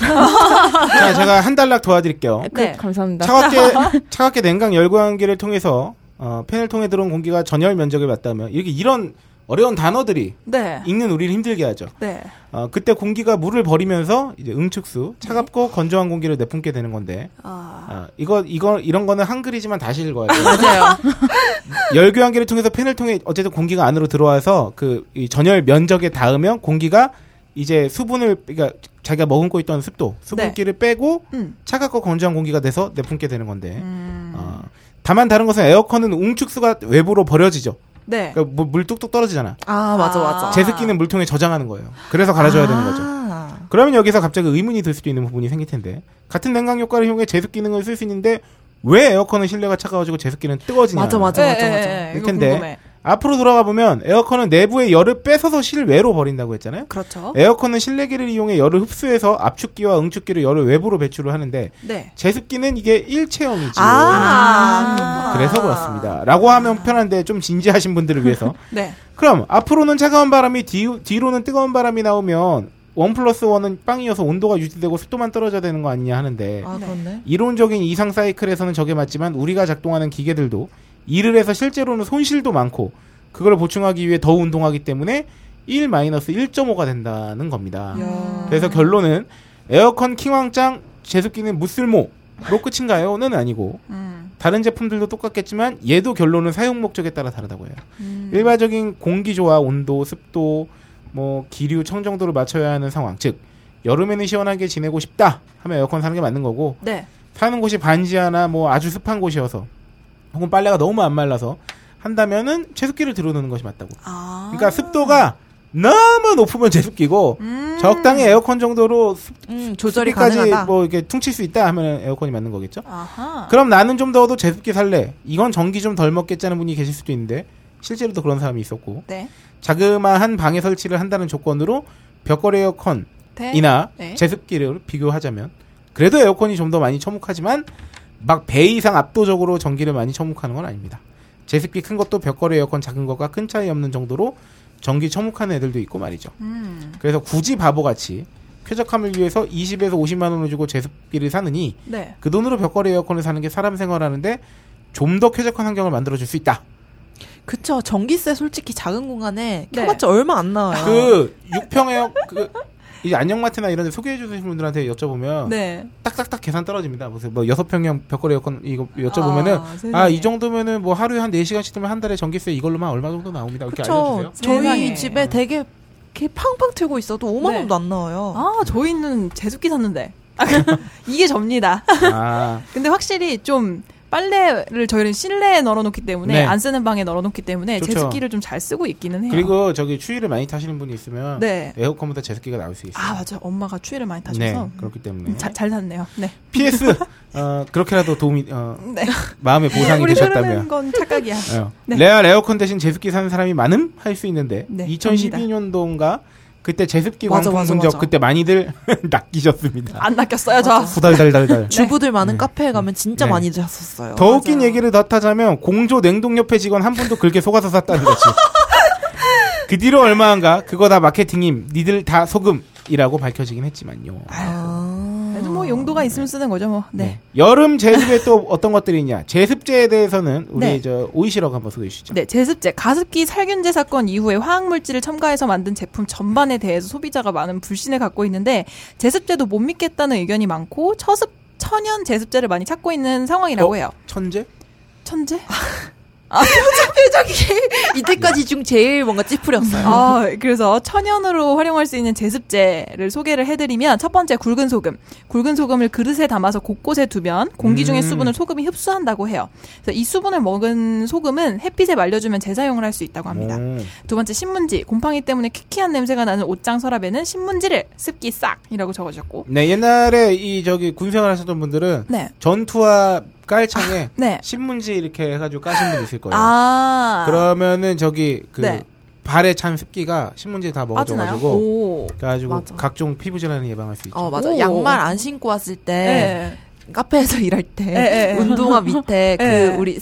E: 자, 제가 한 달락 도와드릴게요.
D: 네.
A: 감사합니다.
E: 차갑게 차갑게 냉각 열광기를 통해서 어, 팬을 통해 들어온 공기가 전열 면적을 맞다면 이렇게 이런 어려운 단어들이
D: 네.
E: 읽는 우리를 힘들게 하죠.
D: 네.
E: 어, 그때 공기가 물을 버리면서 이제 응축수 차갑고 건조한 공기를 내뿜게 되는 건데
D: 아.
E: 어, 이거 이거 이런 거는 한글이지만 다시 읽어야 돼요. 맞아요. 열교환기를 통해서 팬을 통해 어쨌든 공기가 안으로 들어와서 그이 전열 면적에 닿으면 공기가 이제 수분을 그러니까 자기가 머금고 있던 습도 수분기를 빼고
D: 음.
E: 차갑고 건조한 공기가 돼서 내뿜게 되는 건데 어, 다만 다른 것은 에어컨은 웅축수가 외부로 버려지죠.
D: 네.
E: 그러니까 물, 물 뚝뚝 떨어지잖아.
F: 아, 맞아, 맞아.
D: 아.
E: 제습기는 물통에 저장하는 거예요. 그래서 갈아줘야 되는 거죠.
F: 아.
E: 그러면 여기서 갑자기 의문이 들 수도 있는 부분이 생길 텐데 같은 냉각 효과를 이용해 제습 기능을 쓸 수 있는데 왜 에어컨은 실내가 차가워지고 제습기는 뜨거워지냐?
F: 맞아, 맞아,
D: 네,
F: 맞아,
D: 네,
F: 맞아.
D: 네, 이거
E: 텐데.
D: 궁금해.
E: 앞으로 돌아가 보면 에어컨은 내부의 열을 뺏어서 실외로 버린다고 했잖아요.
D: 그렇죠.
E: 에어컨은 실내기를 이용해 열을 흡수해서 압축기와 응축기로 열을 외부로 배출을 하는데
D: 네.
E: 제습기는 이게 일체형이지.
F: 아.
E: 그래서 그렇습니다. 라고 하면 편한데 좀 진지하신 분들을 위해서.
D: 네.
E: 그럼 앞으로는 차가운 바람이 뒤, 뒤로는 뜨거운 바람이 나오면 원 플러스 원은 빵이어서 온도가 유지되고 습도만 떨어져야 되는 거 아니냐 하는데
F: 아, 그렇네.
E: 이론적인 이상 사이클에서는 저게 맞지만 우리가 작동하는 기계들도 일을 해서 실제로는 손실도 많고 그걸 보충하기 위해 더 운동하기 때문에 1-1.5가 된다는 겁니다.
F: 이야.
E: 아. 그래서 결론은 에어컨 킹왕짱 제습기는 무쓸모로 끝인가요?는 아니고
D: 음.
E: 다른 제품들도 똑같겠지만 얘도 결론은 사용 목적에 따라 다르다고 해요. 음.
D: 음.
E: 일반적인 공기 조화, 온도, 습도, 뭐 기류, 청정도를 맞춰야 하는 상황, 즉 여름에는 시원하게 지내고 싶다 하면 에어컨 사는 게 맞는 거고
D: 네.
E: 사는 곳이 반지하나 뭐 아주 습한 곳이어서 혹은 빨래가 너무 안 말라서 한다면은 제습기를 들어놓는 것이 맞다고.
D: 아.
E: 그러니까 습도가 너무 높으면 제습기고
D: 음.
E: 적당히 에어컨 정도로 습-
F: 음, 조절이
E: 습기까지
F: 가능하다.
E: 뭐 이렇게 퉁칠 수 있다 하면 에어컨이 맞는 거겠죠.
D: 아하.
E: 그럼 나는 좀 더워도 제습기 살래. 이건 전기 좀 덜 먹겠다는 분이 계실 수도 있는데 실제로도 그런 사람이 있었고
D: 네.
E: 자그마한 방에 설치를 한다는 조건으로 벽걸이 에어컨이나
D: 네. 네.
E: 제습기를 비교하자면 그래도 에어컨이 좀 더 많이 처묵하지만 막 배 이상 압도적으로 전기를 많이 처묵하는 건 아닙니다. 제습기 큰 것도 벽걸이 에어컨 작은 것과 큰 차이 없는 정도로 전기 처묵하는 애들도 있고 말이죠.
D: 음.
E: 그래서 굳이 바보같이 쾌적함을 위해서 20에서 50만 원을 주고 제습기를 사느니
D: 네.
E: 그 돈으로 벽걸이 에어컨을 사는 게 사람 생활하는데 좀 더 쾌적한 환경을 만들어줄 수 있다.
F: 그쵸. 전기세 솔직히 작은 공간에
D: 네.
F: 켜봤자 얼마 안 나와요.
E: 그
D: 아.
E: 육평에 그 이제 안녕마트나 이런 데 소개해 주시는 분들한테 여쭤보면
D: 네.
E: 딱딱딱 계산 떨어집니다. 무슨 뭐 여섯 평형 벽걸이 에어컨 이거 여쭤보면은 아 이 정도면은 뭐 하루에 한4 시간씩 들면 한 달에 전기세 이걸로만 얼마 정도 나옵니다. 이렇게
F: 그쵸.
E: 알려주세요.
F: 저희
D: 세상에.
F: 집에 되게 이렇게 팡팡 틀고 있어도 5만
D: 네.
F: 원도 안 나와요.
D: 아, 저희는 아, 제습기 샀는데. 이게 접니다.
E: 아,
D: 근데 확실히 좀 빨래를 저희는 실내에 널어놓기 때문에
E: 네.
D: 안 쓰는 방에 널어놓기 때문에
E: 좋죠.
D: 제습기를 좀 잘 쓰고 있기는 해요.
E: 그리고 저기 추위를 많이 타시는 분이 있으면
D: 네.
E: 에어컨보다 제습기가 나올 수 있어요.
D: 아 맞아요. 엄마가 추위를 많이
E: 네,
D: 타셔서 음,
E: 그렇기 때문에.
D: 자- 잘 샀네요. 네.
E: PS 어, 그렇게라도 도움이 어,
D: 네.
E: 마음의 보상이
D: 우리 흐르는
E: 되셨다면.
D: 건 착각이야.
E: 어.
D: 네.
E: 레알 에어컨 대신 제습기 사는 사람이 많음 할 수 있는데
D: 네,
E: 2012년도인가 그때 제습기
F: 맞아,
E: 광풍
F: 맞아,
E: 문적
F: 맞아.
E: 그때 많이들 낚이셨습니다.
D: 안 낚였어요 저.
E: 후달달달달.
F: 주부들 많은 카페에 가면 진짜
E: 네.
F: 많이 잤었어요.
E: 더 웃긴 얘기를 더 타자면 공조 냉동 옆에 직원 한 분도 그렇게 속아서 샀다는 거지. 그 뒤로 얼마 안가 그거 다 마케팅임 니들 다 소금이라고 밝혀지긴 했지만요.
F: 아.
D: 그래도 뭐 용도가 있으면 쓰는 거죠 뭐. 네.
E: 네. 여름 제습에 또 어떤 것들이 있냐? 제습제에 대해서는 우리
D: 네.
E: 저 오이시러가 한번 소개해 주시죠.
D: 네, 제습제, 가습기 살균제 사건 이후에 화학물질을 첨가해서 만든 제품 전반에 대해서 소비자가 많은 불신을 갖고 있는데 제습제도 못 믿겠다는 의견이 많고 처습 천연 제습제를 많이 찾고 있는 상황이라고
E: 어?
D: 해요.
E: 천재?
D: 천재?
F: 이때까지 중 제일 뭔가 찌푸렸어요.
D: 아, 그래서 천연으로 활용할 수 있는 제습제를 소개를 해드리면 첫 번째 굵은 소금. 굵은 소금을 그릇에 담아서 곳곳에 두면 공기 중의
E: 음.
D: 수분을 소금이 흡수한다고 해요. 그래서 이 수분을 먹은 소금은 햇빛에 말려주면 재사용을 할 수 있다고 합니다.
E: 오.
D: 두 번째 신문지 곰팡이 때문에 퀴퀴한 냄새가 나는 옷장 서랍에는 신문지를 습기 싹이라고 적어주셨고
E: 네, 옛날에 이 저기 군생활 하셨던 분들은
D: 네.
E: 전투화 깔창에
D: 네.
E: 신문지 이렇게 해가지고 까신 분 있을 거예요.
D: 아.
E: 그러면은 저기 그
D: 네.
E: 발에 찬 습기가 신문지에 다
D: 빠지나요?
E: 먹어져가지고
D: 오.
E: 그래가지고
F: 맞아.
E: 각종 피부 질환을 예방할 수 있죠.
F: 어 맞아
D: 오.
F: 양말 안 신고 왔을 때
D: 네.
F: 카페에서 일할 때
D: 예, 예.
F: 운동화 밑에 그
D: 예.
F: 우리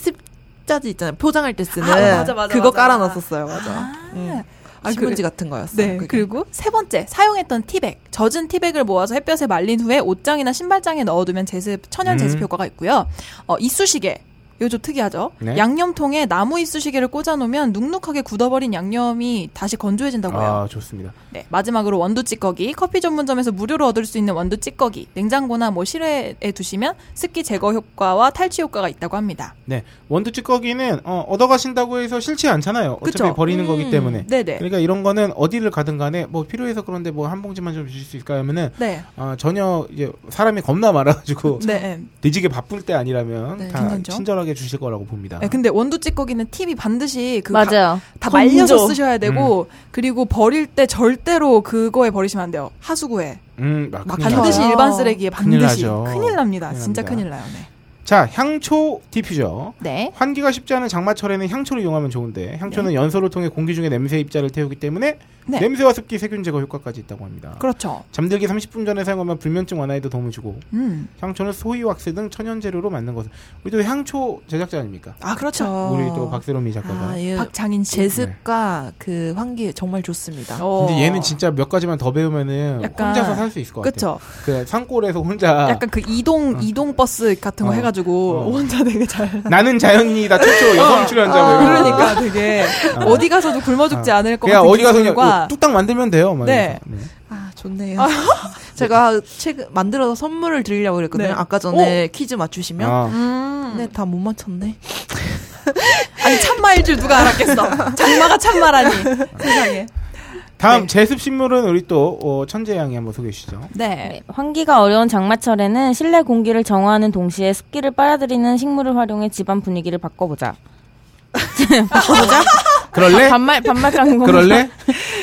F: 습자지 있잖아요 포장할 때 쓰는
D: 아, 맞아, 맞아,
F: 그거
D: 맞아.
F: 깔아놨었어요 맞아 응.
D: 아,
F: 신문지
D: 그-
F: 같은 거였어
D: 네.
F: 그게.
D: 그리고 세 번째 사용했던 티백 젖은 티백을 모아서 햇볕에 말린 후에 옷장이나 신발장에 넣어두면 제습 천연 제습
E: 음.
D: 효과가 있고요. 어, 이쑤시개 이거 좀 특이하죠.
E: 네.
D: 양념통에 나무 이쑤시개를 꽂아놓으면 눅눅하게 굳어버린 양념이 다시 건조해진다고 해요.
E: 아 좋습니다.
D: 네, 마지막으로 원두 찌꺼기. 커피 전문점에서 무료로 얻을 수 있는 원두 찌꺼기. 냉장고나 뭐 실외에 두시면 습기 제거 효과와 탈취 효과가 있다고 합니다.
E: 네 원두 찌꺼기는 어, 얻어가신다고 해서 싫지 않잖아요. 어차피
D: 그쵸.
E: 버리는
F: 음.
E: 거기 때문에.
D: 네네.
E: 그러니까 이런 거는 어디를 가든 간에 뭐 필요해서 그런데 뭐 한 봉지만 좀 주실 수 있을까 하면은
D: 네.
E: 아, 전혀 이제 사람이 겁나 많아가지고
D: 네. 네.
E: 뒤지게 바쁠 때 아니라면
F: 네,
E: 다
D: 괜찮죠.
E: 친절하게 주실 거라고 봅니다.
D: 네, 근데 원두 찌꺼기는 팁이 반드시 그 다,
A: 맞아요.
D: 다 말려서
F: 건조.
D: 쓰셔야 되고
E: 음.
D: 그리고 버릴 때 절대로 그거에 버리시면 안 돼요. 하수구에.
E: 음, 아, 큰일
D: 반드시
E: 나죠.
D: 일반 쓰레기에
E: 큰일
D: 반드시
E: 나죠.
D: 큰일 납니다.
E: 큰일
D: 진짜
E: 납니다.
D: 큰일 나요. 네.
E: 자 향초 디퓨저.
D: 네.
E: 환기가 쉽지 않은 장마철에는 향초를 이용하면 좋은데 향초는 연소를 통해 공기 중에 냄새 입자를 태우기 때문에
D: 네.
E: 냄새와 습기 세균 제거 효과까지 있다고 합니다.
D: 그렇죠.
E: 잠들기 30분 전에 사용하면 불면증 완화에도 도움을 주고
D: 음.
E: 향초는 소이 왁스 등 천연 재료로 만든 것을 우리도 향초 제작자 아닙니까?
D: 아, 그렇죠.
E: 우리 또 박세롬이 작가가.
F: 아, 예.
D: 박장인 씨.
F: 제습과 그 환기 정말 좋습니다
D: 어.
E: 근데 얘는 진짜 몇 가지만 더 배우면은
D: 약간-
E: 혼자서 살 수 있을 것 같아요.
D: 그쵸.
E: 그 산골에서 혼자
D: 약간 그 이동 이동 버스 같은 거
E: 아. 어.
D: 해가지고
E: 어.
D: 혼자 되게 잘.
E: 나는 자연인이다 최초 여성 출연자 뭐 이런 거.
D: 어. 그러니까 되게 어. 디 가서도 굶어 죽지 않을 것
E: 그냥
D: 같은
E: 어디 가서 그냥
D: 기술과
E: 어, 뚝딱 만들면 돼요. 막
D: 네.
E: 이러면서. 네.
F: 아 좋네요 제가 최근 만들어서 선물을 드리려고 그랬거든요
D: 네.
F: 아까 전에 퀴즈 맞추시면
E: 아.
D: 음.
F: 근데 다 못 맞췄네
D: 아니 참마일 줄 누가 알았겠어. 장마가 참마라니
E: 어.
D: 세상에.
E: 다음 제습 식물은 우리 또 어, 천재 양이 한번 소개해 주시죠.
D: 네.
A: 환기가 어려운 장마철에는 실내 공기를 정화하는 동시에 습기를 빨아들이는 식물을 활용해 집안 분위기를 바꿔보자.
E: 그럴래?
D: 아,
A: 반말 반말 깎는 거.
E: 그럴래?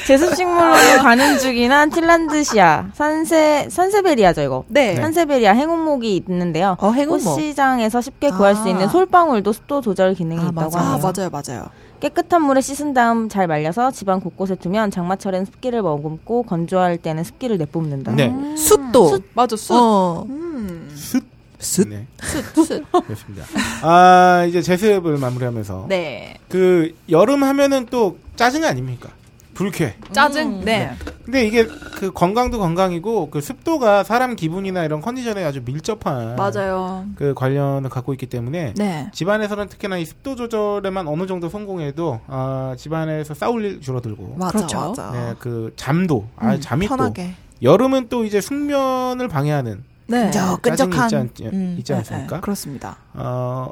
A: 제습식물로 가는 중이나 틸란드시아, 산세 산세베리아죠 이거.
D: 네.
A: 산세베리아 행운목이 있는데요.
F: 어, 행운목.
A: 꽃시장에서 쉽게 구할 수
F: 아.
A: 있는 솔방울도 습도 조절 기능이
F: 아,
A: 있다고
F: 맞아.
A: 합니다.
D: 아 맞아요 맞아요.
A: 깨끗한 물에 씻은 다음 잘 말려서 집안 곳곳에 두면 장마철엔 습기를 머금고 건조할 때는 습기를
D: 아.
A: 내뿜는다.
E: 네.
F: 숯도
D: 음. 맞아 수.
F: 어.
D: 음.
E: 숯.
F: 숯?
E: 네.
D: 수. 수.
E: 그렇습니다. 아, 이제 제습을 마무리하면서
D: 네.
E: 그 여름 하면은 또 짜증 아닙니까? 불쾌.
D: 짜증. 네.
E: 근데 이게 그 건강도 건강이고 그 습도가 사람 기분이나 이런 컨디션에 아주 밀접한
D: 맞아요.
E: 그 관련을 갖고 있기 때문에
D: 네.
E: 집안에서는 특히나 이 습도 조절에만 어느 정도 성공해도 아, 집안에서 싸울 일 줄어들고
F: 맞아
D: 그렇죠.
F: 맞아
E: 네, 그 잠도 아, 잠이 또
F: 음, 편하게
E: 여름은 또 이제 숙면을 방해하는
D: 네.
E: 짜증이 있지,
F: 끈적끈적한 음,
E: 않, 있지 않습니까?
D: 네, 그렇습니다.
E: 어,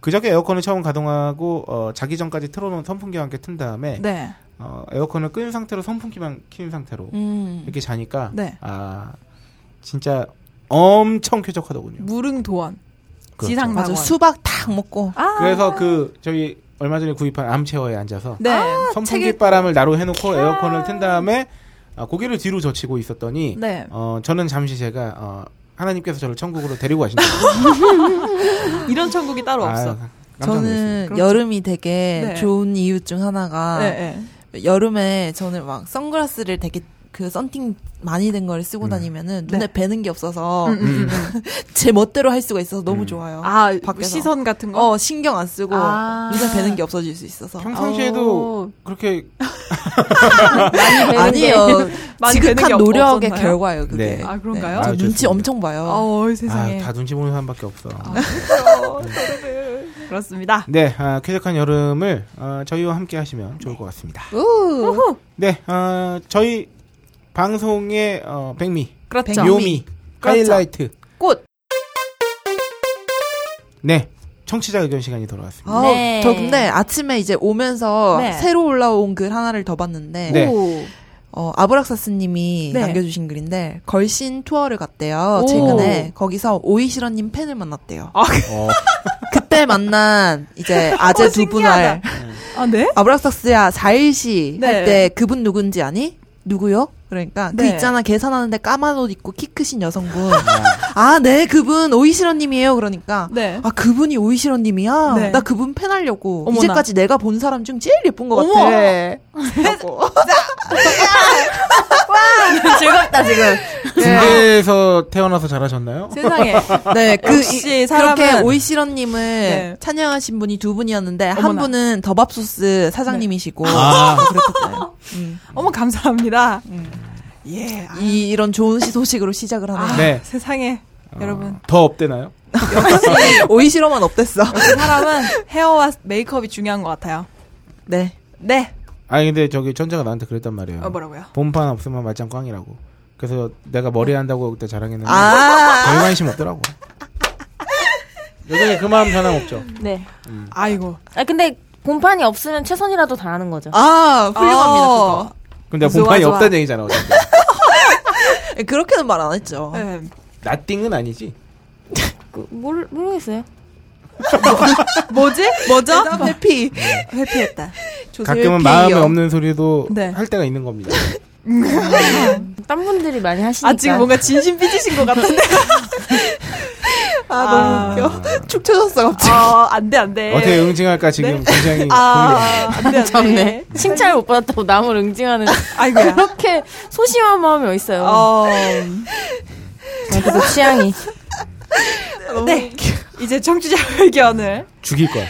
E: 그저께 에어컨을 처음 가동하고 어, 자기 전까지 틀어놓은 선풍기와 함께 튼 다음에
D: 네.
E: 어, 에어컨을 끈 상태로 선풍기만 켜는 상태로
F: 음.
E: 이렇게 자니까
D: 네.
E: 아 진짜 엄청 쾌적하더군요.
D: 무릉도원.
E: 그렇죠.
D: 지상 낙원.
F: 맞아 수박 탁 먹고
D: 아.
E: 그래서 그 저희 얼마 전에 구입한 암체어에 앉아서
D: 네.
E: 선풍기
D: 책에-
E: 바람을 나로 해놓고 에어컨을 튼 다음에 아, 고개를 뒤로 젖히고 있었더니
D: 네.
E: 어, 저는 잠시 제가 어, 하나님께서 저를 천국으로 데리고 가신다.
D: 이런 천국이
E: 아.
D: 따로 없어.
F: 저는
D: 그렇죠.
F: 여름이 되게
D: 네.
F: 좋은 이유 중
E: 아.
F: 하나가
D: 네, 네.
F: 여름에 저는 막 선글라스를 되게 그 썬팅 많이 된 거를 쓰고
E: 음.
F: 다니면은
D: 네.
F: 눈에 뵈는 게 없어서
D: 음, 음, 음.
F: 제 멋대로 할 수가 있어서 너무
E: 음.
F: 좋아요.
D: 아,
F: 밖에서.
D: 시선 같은 거.
F: 어 신경 안 쓰고
D: 아. 음.
F: 눈에 뵈는 게 없어질 수 있어서
E: 평상시에도
D: 어.
E: 그렇게
F: 아니에요.
D: 네, 많이 뵈는 게
F: 지극한
D: 없-
F: 노력의
D: 없었나요?
F: 결과예요. 그게.
E: 네.
D: 아, 그런가요?
E: 아,
F: 저 눈치
E: 좋습니다.
F: 엄청 봐요.
D: 어,
E: 아,
D: 세상에. 아.
E: 다 눈치 보는 사람밖에 없어.
D: 그렇습니다.
E: 네, 아, 쾌적한 여름을 어, 저희와 함께 하시면 좋을 것 같습니다.
D: 우후.
E: 네, 어, 저희 방송의 어, 백미,
D: 그렇죠.
E: 묘미,
D: 그렇죠.
E: 하이라이트,
D: 꽃.
E: 네, 청취자 의견 시간이 돌아왔습니다.
F: 아,
A: 네.
F: 저 근데 아침에 이제 오면서
D: 네.
F: 새로 올라온 글 하나를 더 봤는데
E: 네.
D: 오.
F: 어, 아브락사스님이
D: 네.
F: 남겨주신 글인데 걸신 투어를 갔대요
D: 오. 아.
F: 최근에 거기서 오이시러님 팬을 만났대요.
E: 어,
F: 그때 만난 이제 아재
D: 어,
F: 두
D: 신기하다.
F: 분을
D: 아, 네?
F: 아브락사스야 4일시
D: 네.
F: 할 때 그분 누군지 아니? 누구요? 그러니까 그
D: 네.
F: 있잖아 계산하는데 까만 옷 입고 키 크신 여성분 아 네 그분 오이시러님이에요 그러니까
D: 네.
F: 아 그분이 오이시러님이야
D: 네.
F: 나 그분 팬하려고
D: 어머나.
F: 이제까지 내가 본 사람 중 제일 예쁜 것
D: 어머.
F: 같아 하고.
A: 즐겁다 지금.
D: 네.
E: 군대에서 태어나서 자라셨나요?
D: 세상에.
F: 네, 그,
D: 역시
F: 이-
D: 사람은-
F: 그렇게 오이시런님을
D: 네.
F: 찬양하신 분이 두 분이었는데, 한
D: 어머나. 네.
F: 분은 더밥소스 사장님이시고,
E: 아.
F: 그랬었어요. 음.
D: 어머, 감사합니다.
E: 네.
D: 예. 아,
F: 이, 이런 좋은 시- 소식으로 시작을 하는.
D: 아,
E: 네.
D: 세상에. 여러분.
E: 더 업되나요?
F: 오이시런만 없댔어.
D: 사람은 헤어와 메이크업이 중요한 것 같아요.
F: 네.
D: 네.
E: 아니 근데 저기 전자가 나한테 그랬단 말이에요.
D: 어, 뭐라고요?
E: 본판 없으면 말짱 꽝이라고. 그래서 내가
D: 어.
E: 머리 한다고 그때 자랑했는데
F: 아!
E: 별 관심 없더라고. 요즘에 그 마음 변함없죠.
A: 네.
D: 아이고.
A: 아 근데 본판이 없으면 최선이라도 다하는 거죠.
F: 아, 훌륭합니다,
D: 어.
F: 그거.
E: 근데
D: 좋아,
E: 본판이
D: 좋아.
E: 없다는 얘기잖아. 어쨌든.
F: 예, 그렇게는 말 안 했죠.
D: 네.
E: 나띵은 아니지.
A: 그, 모르 모르겠어요.
D: 뭐지? 뭐죠? 네.
F: 해피. 네.
D: 회피했다.
F: 조세호
E: 가끔은
F: K요.
E: 마음에 없는 소리도
D: 네.
E: 할 때가 있는 겁니다.
A: 딴 분들이 많이 하시니까.
D: 아, 지금 뭔가 진심 삐지신 것 같은데.
F: 아, 너무
D: 아.
F: 웃겨. 축 처졌어, 갑자기.
D: 아, 안 돼, 안 돼.
E: 어떻게 응징할까 지금
D: 네.
E: 굉장히
D: 아, 안 돼, 안
A: 참네.
D: 돼.
A: 칭찬을 못 받았다고 남을 응징하는
D: 아이고야.
A: 그렇게 소심한 마음이 어딨어요.
D: 어,
A: 그래서 취향이.
D: 네. 이제 청취자 의견을
E: 죽일 거야.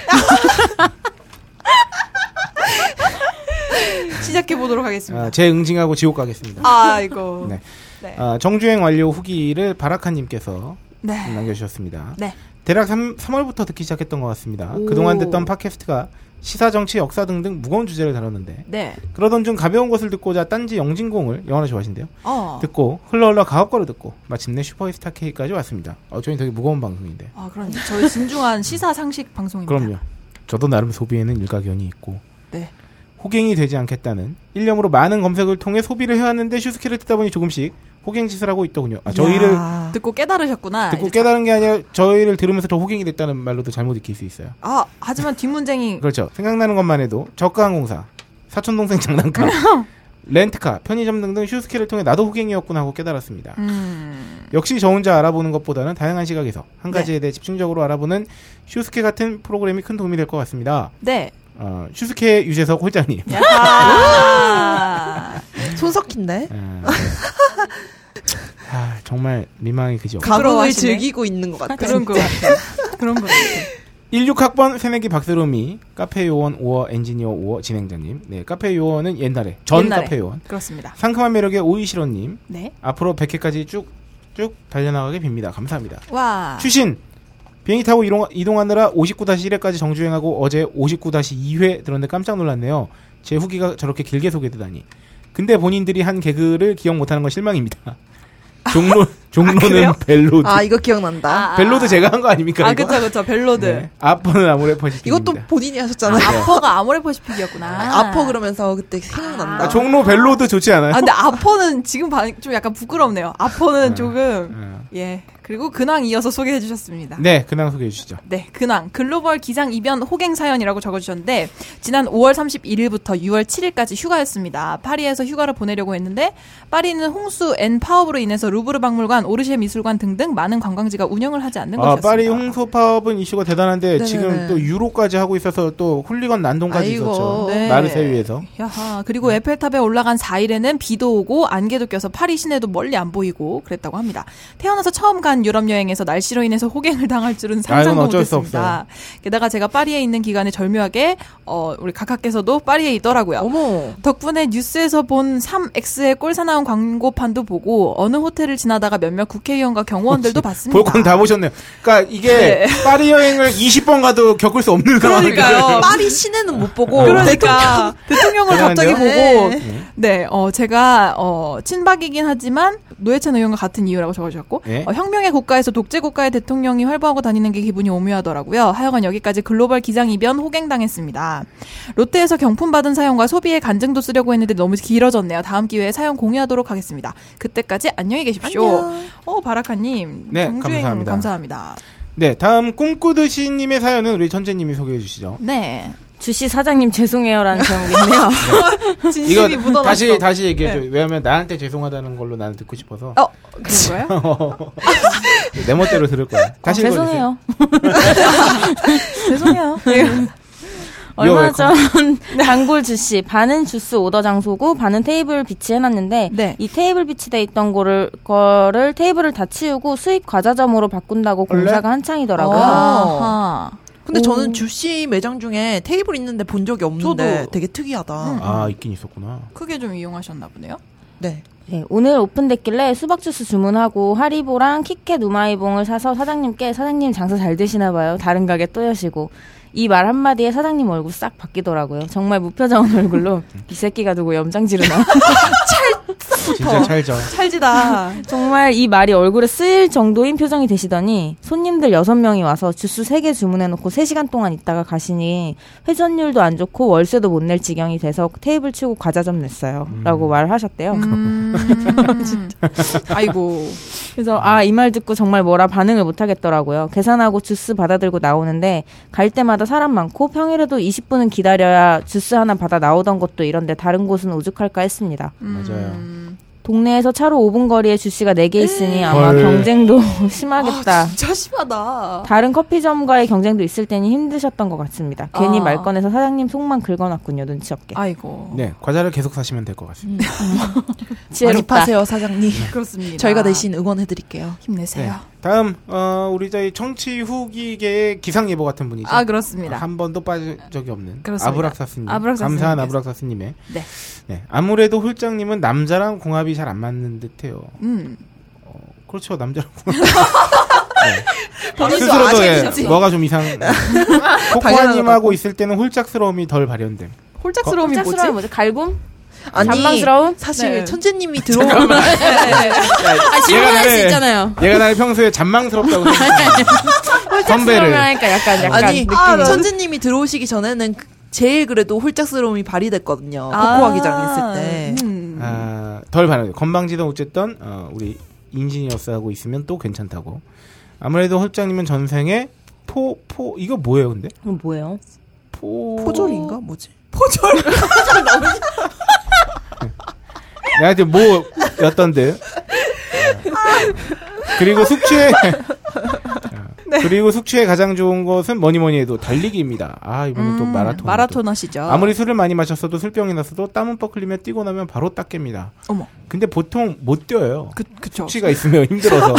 D: 시작해 보도록
E: 아,
D: 하겠습니다.
E: 제 응징하고 지옥 가겠습니다.
D: 아이고.
E: 네.
D: 네.
E: 아, 정주행 완료 후기를 바라카님께서
D: 네.
E: 남겨주셨습니다.
D: 네.
E: 대략 3, 월부터 듣기 시작했던 것 같습니다.
D: 오.
E: 그동안 듣던 팟캐스트가 시사, 정치, 역사 등등 무거운 주제를 다뤘는데
D: 네.
E: 그러던 중 가벼운 것을 듣고자 딴지 영진공을 영화를 좋아하신대요.
D: 어.
E: 듣고 흘러흘러 가업거를 듣고 마침내 슈퍼히스타 K까지 왔습니다. 어, 저희 되게 무거운 방송인데.
D: 아, 그럼요. 저희 진중한 시사 상식 방송입니다.
E: 그럼요. 저도 나름 소비에는 일가견이 있고
D: 네.
E: 호갱이 되지 않겠다는 일념으로 많은 검색을 통해 소비를 해왔는데 슈스케를 듣다 보니 조금씩 호갱 짓을 하고 있더군요. 아, 저희를
F: 야.
D: 듣고 깨달으셨구나.
E: 듣고
D: 이제.
E: 깨달은 게 아니라 저희를 들으면서 더 호갱이 됐다는 말로도 잘못 익힐 수 있어요.
D: 아, 하지만 뒷문쟁이
E: 그렇죠. 생각나는 것만 해도 저가항공사, 사촌동생 장난감,
D: 어.
E: 렌트카, 편의점 등등 슈스케를 통해 나도 호갱이었구나 하고 깨달았습니다.
D: 음.
E: 역시 저 혼자 알아보는 것보다는 다양한 시각에서 한
D: 네.
E: 가지에 대해 집중적으로 알아보는 슈스케 같은 프로그램이 큰 도움이 될 것 같습니다.
D: 네.
E: 어, 슈스케 유재석 홀장님.
D: 아.
F: 손석희인데?
E: 아, 아, 정말 미망이 그지 없
F: 가문을
D: 부끄러워하시네.
F: 즐기고 있는 것 같아요.
D: 그런 거 같아. 그런 거 같아.
E: 16학번 새내기 박세롬이 카페 요원 5호 엔지니어 5호 진행자님. 네, 카페 요원은 옛날에 전
D: 옛날에.
E: 카페 요원.
D: 그렇습니다.
E: 상큼한 매력의 오이시로님.
D: 네.
E: 앞으로 100회까지 쭉 쭉 달려나가게 빕니다. 감사합니다.
D: 와.
E: 추신 비행기 타고 이동, 이동하느라 59-1회까지 정주행하고 어제 59-2회 들었는데 깜짝 놀랐네요. 제 후기가 저렇게 길게 소개되다니. 근데 본인들이 한 개그를 기억 못하는 건 실망입니다. 종로 종로는
D: 그래요?
E: 벨로드.
F: 아 이거 기억난다.
E: 벨로드 제가 한 거 아닙니까?
D: 아
E: 이거?
D: 그쵸 그쵸 벨로드.
E: 네. 앞번은 아무래 퍼시픽.
F: 이것도 본인이 하셨잖아요.
D: 아퍼가 네.
E: 네.
D: 아모레퍼시픽이었구나.
F: 아퍼 그러면서 그때 생각난다.
E: 아, 종로 벨로드 좋지 않아요?
D: 아, 근데 아퍼는 지금 반- 좀 약간 부끄럽네요. 아퍼는
E: 네.
D: 조금
E: 음.
D: 예 그리고 근황 이어서 소개해 주셨습니다.
E: 네, 근황 소개해 주시죠.
D: 네, 근황 글로벌 기상 이변 호갱 사연이라고 적어주셨는데 지난 5월 31일부터 6월 7일까지 휴가였습니다. 파리에서 휴가를 보내려고 했는데 파리는 홍수 앤 파업으로 인해서 루브르 박물관, 오르쉐 미술관 등등 많은 관광지가 운영을 하지 않는
E: 아,
D: 것이었습니다.
E: 파리 홍소 파업은 이슈가 대단한데
F: 네네네.
E: 지금 또 유로까지 하고 있어서 또 훌리건 난동까지
F: 아이고.
E: 있었죠. 네.
D: 네.
E: 마르세유에서.
D: 야하, 그리고 에펠탑에 올라간 4일에는 비도 오고 안개도 껴서 파리 시내도 멀리 안 보이고 그랬다고 합니다. 태어나서 처음 간 유럽 여행에서 날씨로 인해서 호갱을 당할 줄은 상상도
E: 아, 이건 어쩔 수
D: 못했습니다. 게다가 제가 파리에 있는 기간에 절묘하게 어, 우리 각하께서도 파리에 있더라고요.
F: 어머.
D: 덕분에 뉴스에서 본 3X의 꼴사 나온 광고판도 보고 어느 호텔을 지나다가 몇몇 국회의원과 경호원들도 봤습니다.
E: 볼 건 다 보셨네요. 그러니까 이게 파리 여행을 20번 가도 겪을 수 없는 상황이에요.
D: 그러니까요.
F: 파리 시내는 못 보고
D: 그러니까 대통령을 갑자기 보고
F: 대단한데요?
D: 네, 어 제가 어 친박이긴 하지만 노회찬 의원과 같은 이유라고 적어주셨고
E: 예?
D: 어, 혁명의 국가에서 독재 국가의 대통령이 활보하고 다니는 게 기분이 오묘하더라고요. 하여간 여기까지 글로벌 기상 이변 호갱당했습니다. 롯데에서 경품 받은 사연과 소비의 간증도 쓰려고 했는데 너무 길어졌네요. 다음 기회에 사연 공유하도록 하겠습니다. 그때까지 안녕히 계십시오. 어 바라카님,
E: 네,
D: 정주행
E: 감사합니다.
D: 감사합니다.
E: 네, 다음 꿈꾸듯이님의 사연은 우리 천재님이 소개해 주시죠.
D: 네,
A: 주씨 사장님 죄송해요라는 제목이 있네요.
E: 이거
D: 진심이 묻어났어.
E: 다시 다시 얘기해 줘. 요 왜냐면 나한테 죄송하다는 걸로 나는 듣고 싶어서
D: 어 그런 거예요?
E: 내 멋대로 들을 거야. 다시 읽어주세요.
A: 아, 죄송해요. 네.
D: 죄송해요.
E: 네.
A: 얼마
E: You're
A: 전
E: 네.
A: 단골 주씨 반은 주스 오더 장소고 반은 테이블 비치 해놨는데
D: 네.
A: 이 테이블 비치돼 있던 거를, 거를 테이블을 다 치우고 수입 과자점으로 바꾼다고
E: 원래? 어.
A: 공사가 한창이더라고요.
D: 아하.
F: 근데
A: 오.
F: 저는 주씨 매장 중에 테이블 있는데 본 적이 없는데
D: 저도.
F: 되게 특이하다.
E: 아, 있긴 있었구나.
D: 크게 좀 이용하셨나 보네요.
F: 네.
A: 네, 오늘 오픈됐길래 수박 주스 주문하고 하리보랑 키캣 우마이봉을 사서 사장님께 사장님 장사 잘 되시나 봐요. 다른 가게 또 여시고 이 말 한마디에 사장님 얼굴 싹 바뀌더라고요. 정말 무표정한 얼굴로 이 새끼가 누구 염장 지르나.
E: 진짜 찰져.
D: 찰지다.
A: 정말 이 말이 얼굴에 쓰일 정도인 표정이 되시더니 손님들 여섯 명이 와서 주스 세 개 주문해놓고 세시간 동안 있다가 가시니 회전율도 안 좋고 월세도 못 낼 지경이 돼서 테이블 치고 과자점 냈어요. 라고 말하셨대요.
E: 음.
D: 진짜. 아이고.
A: 그래서 아 이 말 듣고 정말 뭐라 반응을 못 하겠더라고요. 계산하고 주스 받아들고 나오는데 갈 때마다 사람 많고 평일에도 20분은 기다려야 주스 하나 받아 나오던 것도 이런데 다른 곳은 오죽할까 했습니다.
D: 음.
E: 맞아요.
A: 동네에서 차로 5분 거리에 주스가 4개 있으니 아마
E: 헐.
A: 경쟁도 심하겠다.
D: 진짜 심하다.
A: 다른 커피점과의 경쟁도 있을 테니 힘드셨던 것 같습니다. 괜히
D: 아.
A: 말 꺼내서 사장님 속만 긁어놨군요. 눈치 없게.
D: 아이고.
E: 네, 과자를 계속 사시면 될 것 같습니다.
D: 음,
F: 많이
A: 지혜롭다.
F: 파세요 사장님.
D: 그렇습니다.
F: 저희가 대신 응원해드릴게요.
E: 네.
D: 힘내세요.
E: 다음 어, 우리 저희 청취 후기계의 기상 예보 같은 분이죠.
D: 아, 그렇습니다.
E: 한 번도 빠진 적이 없는
D: 그렇습니다.
E: 아브락사스님.
D: 아브락사스님.
E: 감사한 아브락사스님의.
D: 네.
E: 네, 아무래도 홀장님은 남자랑 공합이 잘 안 맞는 듯해요.
D: 음.
E: 어, 그렇죠, 남자랑 공합.
D: 본인도
E: 스스로도 예,
D: 아시겠지.
E: 뭐가 좀 이상. 코코아님하고 있을 때는 홀짝스러움이 덜 발현됨.
D: 홀짝스러움이 뭐지?
A: 짝스러운 뭐지? 갈굼?
F: 아니
A: 잔망스러운?
F: 사실
D: 네.
F: 천재님이 들어오면
A: 아, 질문할 수
E: 나를-
A: 있잖아요.
E: 얘가 나를 평소에 잔망스럽다고 생각해. 선배를.
A: 하니까 약간 약간
F: 아니
A: 느낌이.
F: 아, 천재님이 들어오시기 전에는 그- 제일 그래도 홀짝스러움이 발휘됐거든요.
D: 아.
F: 코코아 기장 있을 때.
D: 음.
E: 아, 덜 반응. 건방지도 어쨌든 어, 우리 인지니어스하고 있으면 또 괜찮다고. 아무래도 홀장님은 전생에 포 포 이거 뭐예요, 근데?
A: 그럼 뭐예요?
E: 포
F: 포졸인가 뭐지?
E: 내가 지금 네, 뭐 뭐였던데. 아. 그리고 숙취에 아.
A: 네.
E: 그리고 숙취에 가장 좋은 것은 뭐니 뭐니 해도 달리기입니다. 아 이번에 또
D: 음,
E: 마라톤.
D: 마라톤 하시죠.
E: 아무리 술을 많이 마셨어도 술병이 났어도 땀은 뻐클리며 뛰고 나면 바로 닦입니다.
D: 어머.
E: 근데 보통 못 뛰어요.
D: 그, 그쵸.
E: 숙취가 있으면 힘들어서.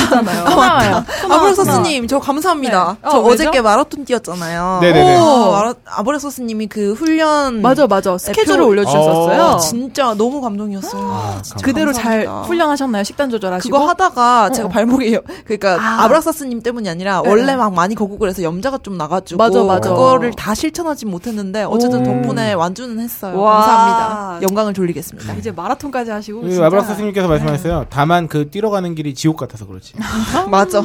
A: 고마워요.
F: 아브렉 서스님 저 감사합니다.
D: 네. 어,
F: 저
D: 왜죠?
F: 어저께 마라톤 뛰었잖아요.
E: 네네네.
F: 오, 마라- 아브렉 서스님이 그
E: 음.
F: 훈련
D: 맞아, 맞아. 스케줄을
F: 표- 아,
D: 올려주셨어요.
E: 어,
F: 진짜 너무 아,
E: 아,
F: 감동이었어요.
D: 그대로
F: 감사합니다.
D: 잘 훈련하셨나요? 식단 조절하시고. 어, 아.
F: 그거 하다가 제가 발목이 그러니까 아브락사스님 때문이 아니라
D: 네,
F: 원래 막 많이 거고 그래서 염자가 좀 나가지고
D: 맞아, 맞아.
F: 그거를 다 실천하진 못했는데 어쨌든
E: 오.
F: 덕분에 완주는 했어요.
D: 와.
F: 감사합니다. 영광을 돌리겠습니다.
D: 이제 마라톤까지 하시고
E: 이
D: 진짜.
E: 네, 와브라스 스님께서 그
D: 네.
E: 말씀하셨어요. 다만 그 뛰러가는 길이 지옥 같아서 그렇지.
F: 맞아.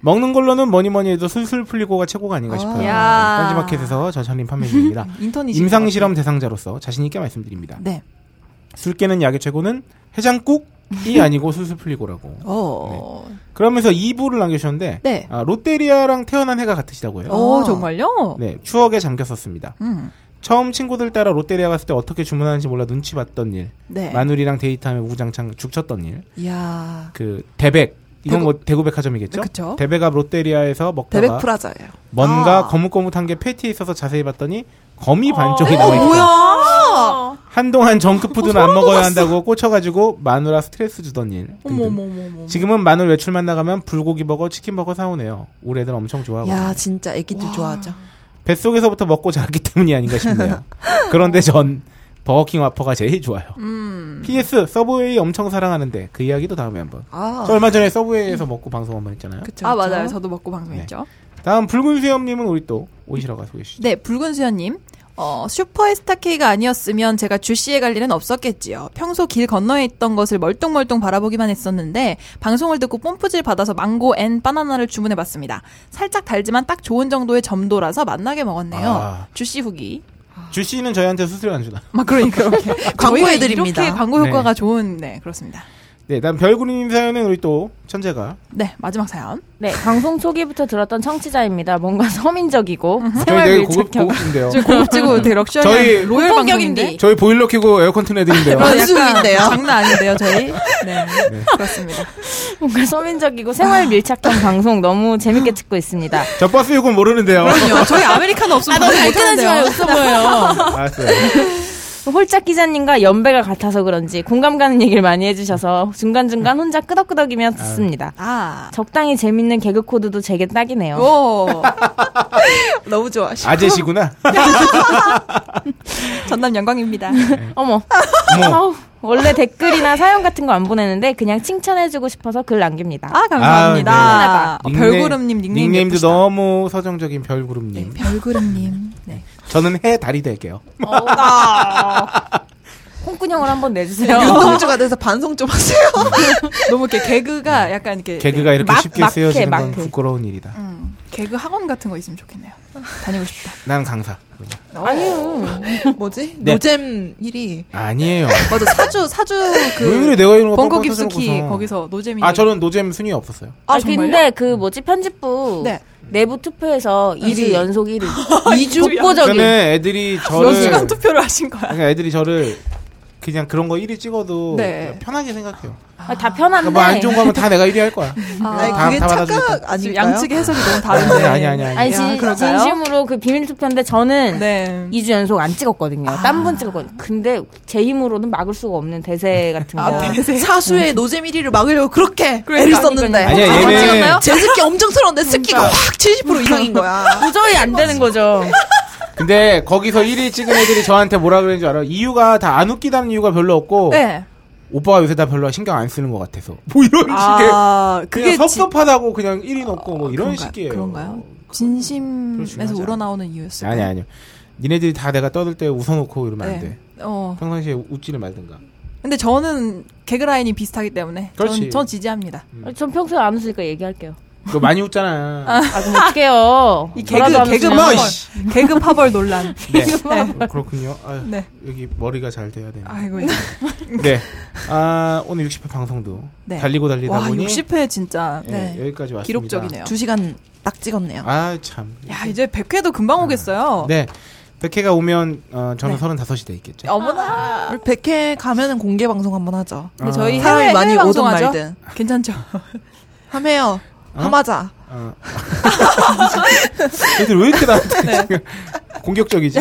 E: 먹는 걸로는 뭐니 뭐니 해도 술술 풀리고가 최고가 아닌가 싶어요.
D: 야.
E: 딴지마켓에서 저천림 판매 중입니다.
D: 인턴이신 것
E: 임상실험 대상자로서 자신있게 말씀드립니다.
F: 네.
E: 술 깨는 약의 최고는
D: 음.
E: 해장국이 아니고 술술 풀리고라고.
F: 어.
E: 그러면서 2부를 남겨주셨는데
D: 네.
E: 아, 롯데리아랑 태어난 해가 같으시다고 해요.
D: 같아요. 오 정말요?
E: 네, 추억에 잠겼었습니다.
D: 음.
E: 처음 친구들 따라 롯데리아 갔을 때 어떻게 주문하는지 몰라 눈치 봤던 일,
D: 네.
E: 마누리랑 데이트하며 우장창 죽쳤던 일,
F: 이야.
E: 그 대백 이건 뭐 대구 백화점이겠죠?
D: 그쵸.
E: 대백 앞 롯데리아에서 먹다가
F: 대백 프라자예요.
E: 뭔가
F: 아.
E: 거뭇거뭇한 게 패티에 있어서 자세히 봤더니 거미 반쪽이
F: 어,
D: 어,
E: 남아있다.
F: 뭐야?
E: 한동안 정크푸드는 안 먹어야 한다고 꽂혀가지고 마누라 스트레스 주던 일. 등등.
D: 어머머머머.
E: 지금은 마늘 외출만 나가면 불고기 버거, 치킨 버거 사오네요. 우리 애들 엄청 좋아하고.
F: 야, 진짜 애기들 좋아하죠.
E: 뱃속에서부터 먹고 자랐기 때문이 아닌가 싶네요. 그런데 전 버거킹 와퍼가 제일 좋아요.
D: 음.
E: PS 서브웨이 엄청 사랑하는데 그 이야기도 다음에 한번.
F: 아.
E: 저 얼마 전에 서브웨이에서 먹고 방송 한번 했잖아요.
F: 그쵸,
D: 아
F: 그쵸?
D: 맞아요. 저도 먹고
E: 네.
D: 방송했죠.
E: 다음 붉은 수염님은 우리 또 오이시라가 소개해 주시죠.
D: 네, 붉은 수연님. 어, 슈퍼의 스타K가 아니었으면 제가 주씨에 갈 일은 없었겠지요. 평소 길 건너에 있던 것을 멀뚱멀뚱 바라보기만 했었는데, 방송을 듣고 뽐뿌질 받아서 망고 앤 바나나를 주문해봤습니다. 살짝 달지만 딱 좋은 정도의 점도라서 맛나게 먹었네요.
E: 아.
D: 주씨 후기.
E: 주 씨는 저희한테 수수료 안 주나?
D: 막 그러니까 이렇게.
F: 광고해드립니다.
D: 이렇게 광고 효과가
E: 네.
D: 좋은, 네, 그렇습니다.
E: 네, 다음 별구리님 사연은 우리 또 천재가 아,
D: 네, 마지막 사연.
A: 네, 방송 초기부터 들었던 청취자입니다. 뭔가 서민적이고
E: 음. 저희
A: 생활
E: 되게 고급
A: 밀착형.
E: 고급인데요.
D: 지금 고급지고 되게 럭셔리한
E: 저희-
D: 로열 방송인데.
E: 저희 보일러 켜고 에어컨 튼 애들인데요.
D: 약간
F: 원숭인데요?
D: 장난 아닌데요, 저희? 네. 그렇습니다.
A: 뭔가 서민적이고 생활 밀착형 방송 너무 재밌게 듣고 있습니다.
E: 저 버스 요금 모르는데요.
D: 그럼요. 저희 아메리카노 없으면 방송 못하는데요.
A: 없어 보여요.
E: 알았어요.
A: 홀짝 기자님과 연배가 같아서 그런지 공감 가는 얘기를 많이 해주셔서 중간중간 혼자 끄덕끄덕이며 듣습니다.
D: 아.
A: 적당히 재밌는 개그 코드도 제게
E: 어?
A: 딱이네요.
D: 오.
F: 너무 좋아하시고.
E: 아재시구나.
D: 전남 영광입니다.
A: 어머,
E: 어머.
A: 어우, 원래 댓글이나 사연 같은 거 안 보내는데 그냥 칭찬해주고 싶어서 글 남깁니다.
D: 아, 감사합니다.
E: 아,
D: 어,
E: 닉네임-
D: 별구름님 닉네임.
E: 닉네임도
D: 예쁘시다.
E: 너무 서정적인 별구름님.
D: 별구름님. 네.
E: 저는 해 다리 될게요.
A: 콩꾼형을 한번 내주세요.
D: 어.
F: 유동주가 돼서 반성 좀 하세요.
D: 너무 이렇게 개그가 약간 이렇게. 네.
E: 개그가 이렇게
A: 막-
E: 쉽게
A: 막해,
E: 쓰여지는 건
A: 막해.
E: 부끄러운 일이다.
D: 음, 개그 학원 같은 거 있으면 좋겠네요. 다니고 싶다.
E: 난 강사.
A: 아니요.
F: 뭐지?
E: 네.
F: 노잼 1위.
E: 아니에요.
D: 맞아, 사주, 사주
E: 왜
D: 그.
E: 그래 내가 이런 거
D: 벙커
E: 뻔뻔
D: 깊숙이
E: 터져놓고서.
D: 거기서 노잼이.
E: 아 저는 노잼 순위 없었어요.
A: 아,
D: 정말요?
A: 근데 그 뭐지 편집부
D: 네.
A: 내부 투표에서 2주
F: 일.
A: 연속 1위. 2주
E: 저는
A: 독보적인.
E: 애들이
D: 몇
E: 저를
D: 아, 시간 투표를 하신 거야?
E: 그러니까 애들이 저를 그냥 그런 거 1위 찍어도
D: 네.
E: 그냥 편하게 생각해요.
A: 아, 다 편한데.
E: 뭐 안 좋은 거면 다 내가 1위 할 거야.
F: 아니,
E: 다-
F: 그게
E: 다 받아주니까.
F: 착각
D: 지금
F: 아닌가요?
D: 양측의 해석이 너무
E: 아니 네,
D: 다른데.
E: 아니 아니.
A: 아니
E: 아니.
A: 진,
D: 야, 그럴까요?
A: 심으로그 비밀 투표인데 저는
D: 네.
A: 2주 연속 안 찍었거든요. 딴 분 찍었거든요. 근데 제 힘으로는 막을 수가 없는 대세 같은 거.
D: 아,
E: 아,
D: 네.
F: 사수의 노잼 1위를 막으려고 그렇게 애를
D: 음. 그러니까,
F: 썼는데.
E: 아니야 얘네.
F: 제습기 엄청 틀었는데 습기가 확 70% 이상인 거야.
A: 도저히 안 되는 거죠.
E: 근데 거기서 1위 찍은 애들이 저한테 뭐라 그러는 줄 알아? 이유가 다 안 웃기다는 이유가 별로 없고
D: 네.
E: 오빠가 요새 다 별로 신경 안 쓰는 것 같아서 뭐 이런 식의
D: 아,
E: 그냥
D: 그게 지- 어,
E: 섭섭하다고 그냥 1위 넣고 뭐 이런
D: 그런가-
E: 식이에요.
D: 그런가요?
E: 그렇긴
D: 진심에서
E: 하지
D: 우러나오는 이유였어요.
E: 아니 아니요. 니네들이 다 내가 떠들 때 웃어놓고 이러면
D: 네.
E: 안 돼.
D: 어.
E: 평상시에 웃지를 말든가.
D: 근데 저는 개그 라인이 비슷하기 때문에
E: 그렇지.
D: 전, 전 지지합니다.
A: 전 평소에 안 웃으니까 얘기할게요.
E: 너 많이 웃잖아. 뭐,
A: 아, 그럼 어떡해요.
D: 이
A: 저라도
D: 개그
A: 안
D: 개그
A: 웃으면-
D: 파벌 개그 파벌 논란.
E: 네. 어, 그렇군요. 아유,
D: 네.
E: 여기 머리가 잘 돼야 되네.
D: 아이고.
E: 네. 아, 오늘 60회 방송도
D: 네.
E: 달리고 달리다
D: 와
E: 보니
D: 60회 진짜
E: 예,
F: 네.
E: 여기까지 왔습니다.
D: 기록적이네요.
F: 두 시간 딱 찍었네요.
E: 아, 참.
D: 야 이제 100회도 금방 오겠어요.
E: 네. 백회가 오면 어, 저는 35이 돼 있겠죠.
D: 네. 어머나.
F: 우리 백회 가면은 공개 방송 한번 하죠.
D: 근데 저희
E: 아.
F: 사람이
D: 아. 네, 해외
F: 많이
D: 해외
F: 오든
D: 방송하죠?
F: 말든.
D: 괜찮죠?
F: 함해요. 함하자.
E: 어. 애들 왜 이렇게 나한테
D: 네.
E: 지금 공격적이지?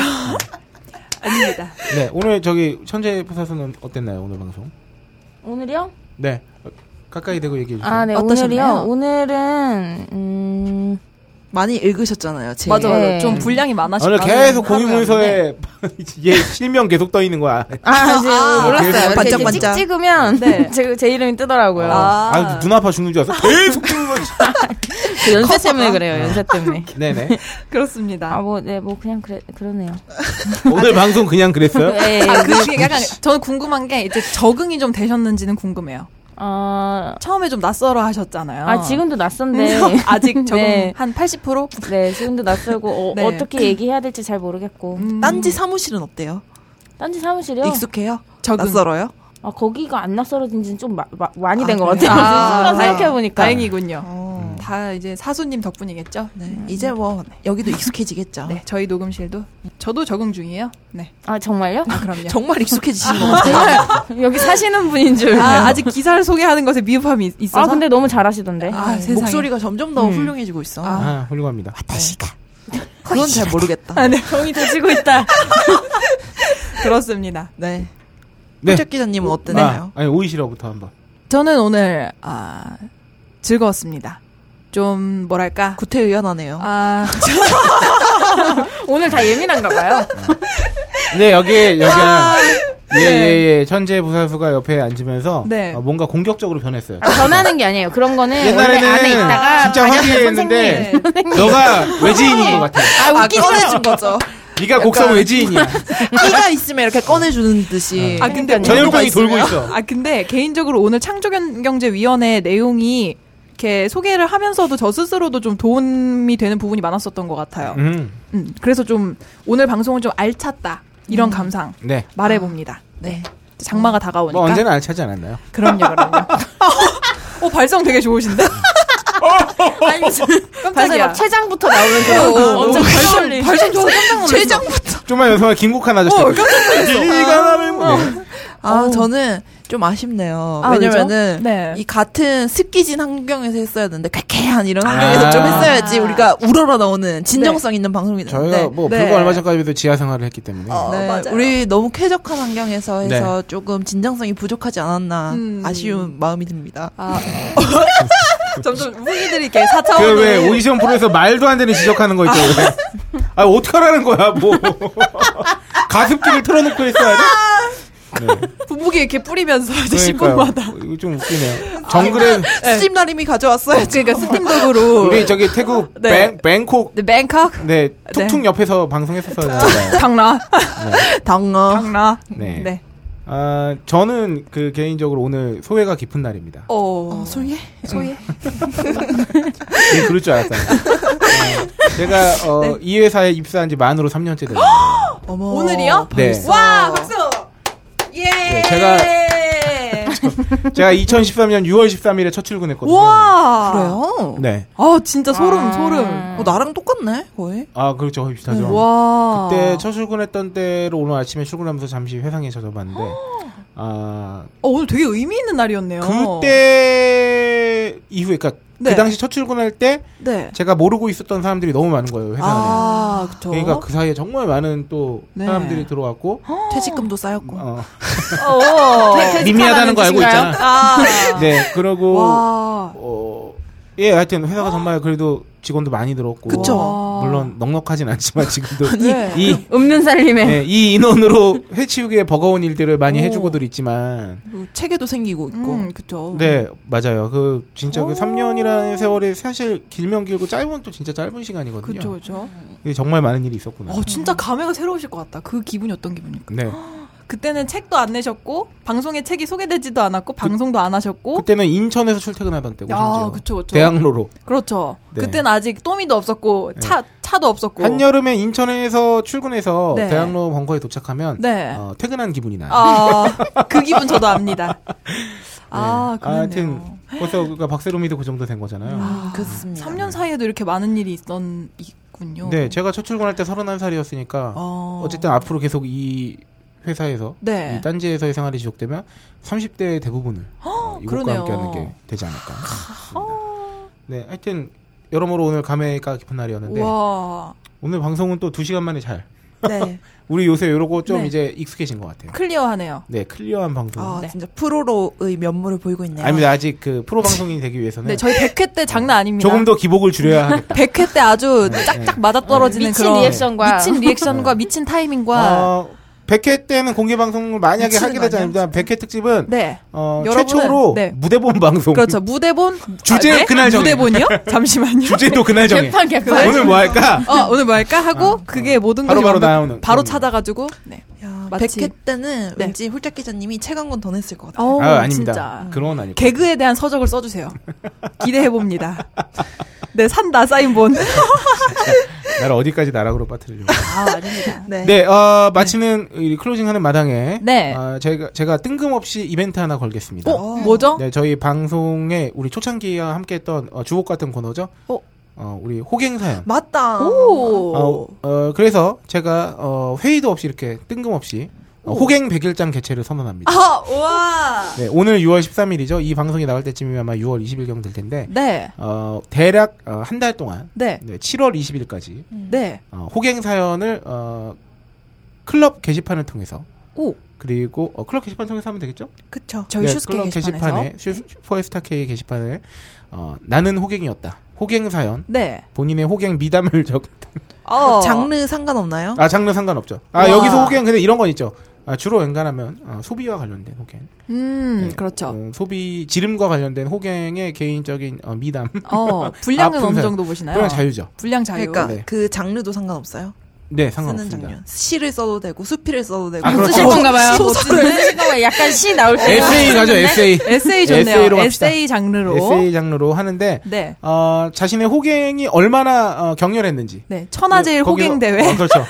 D: 아닙니다.
E: 네, 오늘 저기 천재 부사수는 어땠나요? 오늘 방송?
A: 오늘이요?
E: 네. 어, 가까이 대고 얘기해 주세요.
A: 아, 네, 오늘이요.
F: 어떠셨나요?
A: 오늘은 음,
F: 많이 읽으셨잖아요. 제
D: 맞아 맞아.
A: 네.
D: 좀 분량이 많아.
E: 오늘 계속
D: 네,
E: 공유문서에 얘 실명 계속 떠 있는 거야.
A: 아, 지금
E: 몰랐어요.
A: 이렇게
F: 반짝반짝.
A: 찍, 찍으면
D: 네.
A: 제, 제 이름이 뜨더라고요.
E: 아, 눈 아파 죽는 줄 알았어. 계속 찍는 거지.
A: 그 연세 때문에 그래요. 연세 때문에.
E: 네네.
D: 그렇습니다.
A: 아 뭐 네 뭐 그냥 그래 그러네요.
E: 오늘 방송 그냥 그랬어요?
A: 예.
D: 아, 그 중에 약간 저는 궁금한 게 이제 적응이 좀 되셨는지는 궁금해요.
A: 아,
D: 처음에 좀 낯설어 하셨잖아요.
A: 아 지금도 낯선데.
D: 아직 적응
A: 네.
D: 한 80%?
A: 네, 지금도 낯설고 어,
D: 네.
A: 떻게 얘기해야 될지 잘 모르겠고.
D: 음,
F: 딴지 사무실은 어때요?
A: 딴지
D: 어.
A: 사무실이요?
F: 익숙해요?
D: 적응.
F: 낯설어요?
A: 아, 거기가 안 낯설어진 지는 좀 마- 마- 많이 된
F: 아,
A: 것
F: 그래요?
A: 같아요. 네.
D: 아,
A: 순간
D: 다행-
A: 생각해보니까.
D: 다행이군요. 음,
F: 어.
D: 다 이제 사수님 덕분이겠죠? 네.
F: 네. 이제 뭐 여기도 익숙해지겠죠.
D: 저희 녹음실도 저도 적응 중이에요. 네.
A: 아, 정말요?
D: 아, 그럼요.
F: 정말 익숙해지신 것 같아요.
A: 여기 사시는 분인 줄.
D: 아, 아직 기사를 소개하는 것에 미흡함이 있- 있어서.
A: 아, 근데 너무 잘하시던데.
D: 아,
F: 네,
D: 세상에.
F: 목소리가 점점 더 훌륭해지고 있어.
D: 아.
E: 아, 훌륭합니다.
F: 그건 잘 모르겠다.
D: 네, 병이 터지고 있다. 그렇습니다.
F: 네.
E: 네.
F: 홍철 기자님은 어땠나요?
E: 아, 아니, 오이시라부터 한번.
D: 저는 오늘 아, 즐거웠습니다. 좀 뭐랄까?
F: 구태의연하네요.
D: 아,
A: 오늘 다 예민한가 봐요.
E: 네, 여기, 여기. 예, 예, 예. 천재 부사수가 옆에 앉으면서
D: 네.
E: 어, 뭔가 공격적으로 변했어요.
A: 변하는 게 아니에요. 그런 거는 원래 안에 있다가
E: 진짜 화기했는데
D: 선생님.
E: 너가 외지인인 것 같아.
F: 아, 웃기 꺼내준 거죠.
E: 네가 곡성 외지인이야.
F: 끼가 있으면 이렇게 꺼내주는 듯이.
D: 아 근데
E: 전염병이
F: 있으면-
E: 돌고 있어.
D: 아 근데 개인적으로 오늘 창조경제위원회 내용이 이렇게 소개를 하면서도 저 스스로도 좀 도움이 되는 부분이 많았었던 것 같아요.
E: 음,
D: 음, 그래서 좀 오늘 방송은 좀 알찼다 이런 감상
E: 네.
D: 말해봅니다.
F: 네.
D: 장마가 다가오니까.
E: 뭐 언제나 안 차지 않았나요?
D: 그럼요, 그럼요. 어 발성 되게 좋으신데. 아니,
A: 그래서
D: 깜짝이야.
A: 막 최장부터 나오는
F: 어,
A: 그런 엄청
D: 발성 발성 좋아서 깜짝 놀랐어.
F: 최장부터.
E: 좀만 연습하면 김국한 아저씨.
D: 어, 깜짝 놀랐어.
E: 네가 나를 뭐. 네.
F: 아, 저는 좀 아쉽네요.
D: 아,
F: 왜냐면은
D: 왜죠? 네.
F: 이 같은 습기진 환경에서 했어야 했는데 쾌쾌한 이런 환경에서
E: 아.
F: 좀 했어야지 우리가 우러러 나오는 진정성 있는 방송이
E: 저희가
F: 되는데
E: 뭐 아,
D: 네. 어.
E: 불과 얼마 전까지도 지하 생활을 했기 때문에.
F: 네, 우리 너무 쾌적한 환경에서 해서
E: 네.
F: 조금 진정성이 부족하지 않았나
D: 음.
F: 아쉬운 마음이 듭니다.
D: 아, 점점 후기들이 이렇게 4차원.
E: 그 왜 오디션 프로에서 말도 안 되는 지적하는 거 있죠. 왜? 아 어떡하라는 거야 뭐. 가습기를 틀어놓고 했어야 돼?
D: 아, 분무기 이렇게 뿌리면서 이제
E: 그러니까요. 어,
D: 10분마다. 아,
E: 이거 좀 웃기네요. 정글에
F: 스팀 나림이 가져왔어요.
D: 그러니까 스팀 덕으로.
E: 우리 저기 태국
D: 네.
E: 뱅, 뱅콕
D: 네, 뱅콕.
E: 네 툭툭 옆에서 방송했었어요.
D: 강라.
F: 당어.
D: 강라.
E: 네.
D: 네.
E: 아 저는 그 개인적으로 오늘 소외가 깊은 날입니다.
D: 어.
F: 소예? 소예?
E: 네, 그럴 줄 알았어요. 네. 제가 어, 이 회사에 입사한 지 만으로 3년째 됐어요.
D: 아,
F: 어머.
D: 오늘이요?
E: 네.
D: 와, 박수! 예!
E: 네, 제가 2013년 6월 13일에 첫 출근했거든요.
D: 와!
F: 그래요?
E: 네.
D: 아, 진짜 소름, 소름.
F: 어, 나랑 똑같네, 거의.
E: 아 그렇죠 거의 비슷하죠.
D: 와.
E: 그때 첫 출근했던 때로 오늘 아침에 출근하면서 잠시 회상에 젖어봤는데 아
D: 어, 오늘 되게 의미 있는 날이었네요.
E: 그때 이후에 그러니까
D: 어. 네.
E: 그 당시 첫 출근할 때
D: 네.
E: 제가 모르고 있었던 사람들이 너무 많은 거예요 회사 안에.
D: 아, 그쵸.
E: 그러니까 그 사이에 정말 많은 또
D: 네.
E: 사람들이 들어왔고
F: 퇴직금도 쌓였고.
E: 어,
D: 어.
E: 미미하다는 거 알고 있잖아.
D: 아.
E: 네 그러고
D: 와. 아.
E: 어, 예 하여튼 회사가 정말 그래도 직원도 많이 들었고
F: 그쵸.
E: 물론 넉넉하진 않지만 지금도
D: 네.
E: 이
A: 없는 살림에.
E: 네, 이 인원으로 해치우기에 버거운 일들을 많이 해주고들 있지만
F: 그리고 체계도 생기고 있고.
D: 음, 그쵸.
E: 네 맞아요 그 진짜 그
D: 오.
E: 3년이라는 세월이 사실 길면 길고 짧으면 또 진짜 짧은
D: 그쵸,
E: 시간이거든요
D: 그쵸.
E: 근데 정말 많은 일이 있었구나
D: 어, 진짜 감회가 새로우실 것 같다. 그 기분이 어떤 기분일까?
E: 네
D: 그때는 책도 안 내셨고, 방송에 책이 소개되지도 않았고, 방송도 안 하셨고.
E: 그때는 인천에서 출퇴근하던 때고
D: 아,
E: 심지어.
D: 그쵸, 그쵸.
E: 대학로로
D: 그렇죠.
E: 네.
D: 그때는 아직 또미도 없었고 차 차도 없었고.
E: 한여름에 인천에서 출근해서
D: 어. 네.
E: 대학로 벙커에 도착하면
D: 네.
E: 어, 퇴근한 기분이 나요
D: 아, 그 기분 저도 압니다. 아,
E: 네.
D: 그렇네요.
E: 하여튼 벌써 그러니까 박세롬이도 그 정도 된 거잖아요
F: 음, 그렇습니다.
D: 3년 사이에도 이렇게 많은 일이 있던 있군요.
E: 네 제가 첫 출근할 때 31살이었으니까
D: 어.
E: 어쨌든 앞으로 계속 이 회사에서
D: 네.
E: 이 딴지에서의 생활이 지속되면 30대의 대부분을 어, 이곳과
D: 그러네요.
E: 함께하는 게 되지 않을까. 싶습니다. 네, 하여튼 여러모로 오늘 감회가 깊은 날이었는데
D: 와.
E: 오늘 방송은 또 2시간 만에 잘.
F: 네.
E: 우리 요새 요러고 좀
D: 네.
E: 이제 익숙해진 것 같아요.
D: 클리어하네요.
E: 네, 클리어한 방송.
F: 아,
E: 아,
F: 진짜 프로로의 면모를 보이고 있네요.
E: 아닙니다. 아직 그 프로 방송인이 되기 위해서는
D: 네, 저희 100회 때 장난 아닙니다.
E: 조금 더 네, 기복을 줄여야 하겠다.
D: 100회 때 아주 짝짝 맞아떨어지는
A: 미친
D: 그런
A: 리액션과.
D: 미친 리액션과 미친 타이밍과
E: 어, 백회 때는 공개 방송을 만약에
F: 미치는
E: 하게
F: 거 아니야?
E: 되잖아요. 백회 특집은
D: 네.
E: 어,
D: 여러분은-
E: 최초로
D: 네.
E: 무대본 방송.
D: 그렇죠. 무대본
E: 주제
D: 네?
E: 그날 정해.
D: 무대본이요? 잠시만요.
E: 주제도 그날 정해.
A: 개판 개판.
E: 오늘 뭐 할까?
D: 어, 오늘 뭐 할까 하고 그게 모든
E: 아, 어. 바로
D: 것이
E: 바로
D: 완벽-
E: 나오는.
D: 바로
E: 음.
D: 찾아가지고 네.
F: 야,
D: 마치-
F: 100회 때는
D: 네.
F: 왠지 홀짝 기자님이 책한권 더 냈을 것 같아요.
D: 어,
E: 아, 아닙니다.
D: 진짜.
E: 그런 건 아니고.
D: 개그에 대한 서적을 써주세요. 기대해 봅니다. 네 산다 사인본.
E: 나를 어디까지 나락으로 빠뜨리려고.
D: 아 아닙니다.
F: 네.
E: 네, 어, 마치는 이 클로징하는 마당에
D: 네.
E: 어, 제가 제가 뜬금없이 이벤트 하나 걸겠습니다.
D: 어 뭐죠?
E: 네, 저희 방송에 우리 초창기와 함께했던 어, 주옥 같은 코너죠.
D: 어. 뭐?
E: 어, 우리 호갱 사연.
F: 맞다.
E: 어,
D: 오.
E: 어, 그래서 제가 어, 회의도 없이 이렇게 뜬금없이 어, 호갱 백일장 개최를 선언합니다.
D: 아 와.
E: 네, 오늘 6월 13일이죠. 이 방송이 나올 때쯤이면 아마 6월 20일경 될 텐데
D: 네.
E: 어, 대략 어, 한 달 동안
D: 네.
E: 네, 7월 20일까지
D: 네.
E: 어, 호갱 사연을 어, 클럽 게시판을 통해서
D: 오.
E: 그리고 어, 클럽 게시판 통해서 하면 되겠죠?
F: 그쵸.
D: 저희
E: 네,
D: 슈스케
E: 클럽
D: 게시판에서.
E: 게시판에 슈- 슈퍼스타 K 게시판에 어, 나는 호갱이었다. 호갱 사연
D: 네.
E: 본인의 호갱 미담을 적.
D: 어.
F: 장르 상관없나요?
E: 아 장르 상관없죠. 아
D: 와.
E: 여기서 호갱 근데 이런 건 있죠. 아, 주로 웬간하면 어, 소비와 관련된 호갱,
D: 음
E: 네.
D: 그렇죠.
E: 어, 소비 지름과 관련된 호갱의 개인적인 어, 미담
D: 어 분량은
E: 아, 분산.
D: 어느 정도 보시나요?
E: 그런 자유죠.
D: 분량 자유.
F: 그러니까
E: 네.
F: 그 장르도 상관없어요.
E: 네
F: 쓰는
E: 상관없습니다.
F: 장면. 시를 써도 되고 수필을 써도 되고.
E: 아, 그렇죠.
A: 쓰실 건가 봐요.
D: 뭐
F: 소설을
A: 쓰실 건가 봐요. 약간 시 나올 거.
E: 에세이 가죠 에세이.
D: 에세이 좋네요.
E: 에세이로 갑시다.
D: 에세이 네. 장르로.
E: 에세이 장르로 하는데
D: 네.
E: 어, 자신의 호갱이 얼마나 어, 격렬했는지.
D: 네. 천하제일
E: 그, 거기서-
D: 호갱 대회.
E: 어, 그렇죠.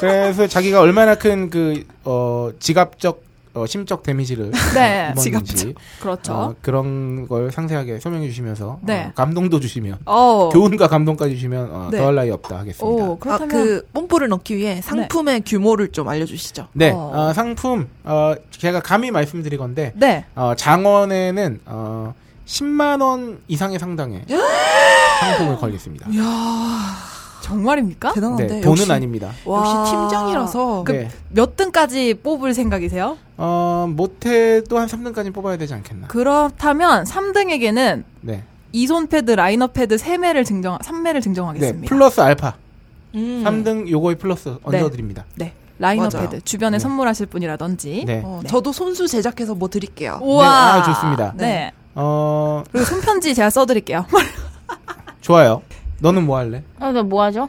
E: 그래서 자기가 얼마나 큰 그 어, 지갑적 어, 심적 데미지를
D: 네.
E: 입었는지
D: 지갑적. 그렇죠.
E: 어, 그런 걸 상세하게 설명해 주시면서
D: 네.
E: 어, 감동도 주시면
D: 어.
E: 교훈과 감동까지 주시면 어,
D: 네.
E: 더할 나위 없다 하겠습니다.
D: 오,
F: 아,
D: 그렇다면
F: 그 뽐뿌를 넣기 위해 상품의 규모를 좀 알려주시죠.
E: 네
D: 어.
E: 어, 상품 어, 제가 감히 말씀드리건데
D: 네.
E: 어, 장원에는 어, 10만 원 이상의 상당의 상품을 걸겠습니다.
D: 정말입니까?
F: 대단한데.
E: 네,
F: 역시,
E: 돈은 아닙니다.
F: 역시 팀장이라서.
D: 그
E: 네.
D: 몇 등까지 뽑을 생각이세요?
E: 어, 못해도 한 3등까지 뽑아야 되지 않겠나.
D: 그렇다면 3등에게는
E: 네.
D: 이손 패드, 라이너 패드 3매를 증정 3매를
E: 네.
D: 증정하겠습니다.
E: 플러스 알파.
F: 음.
E: 3등 요거의 플러스 얹어 드립니다.
D: 네. 라이너
F: 맞아요.
D: 패드 주변에
E: 네.
D: 선물하실 분이라든지.
E: 네.
F: 어,
D: 네.
F: 저도 손수 제작해서 뭐 드릴게요.
D: 우와.
E: 네, 아, 좋습니다.
D: 네.
E: 어,
D: 그리고 손편지 제가 써 드릴게요.
E: 좋아요. 너는 뭐 할래?
A: 어, 나뭐 하죠?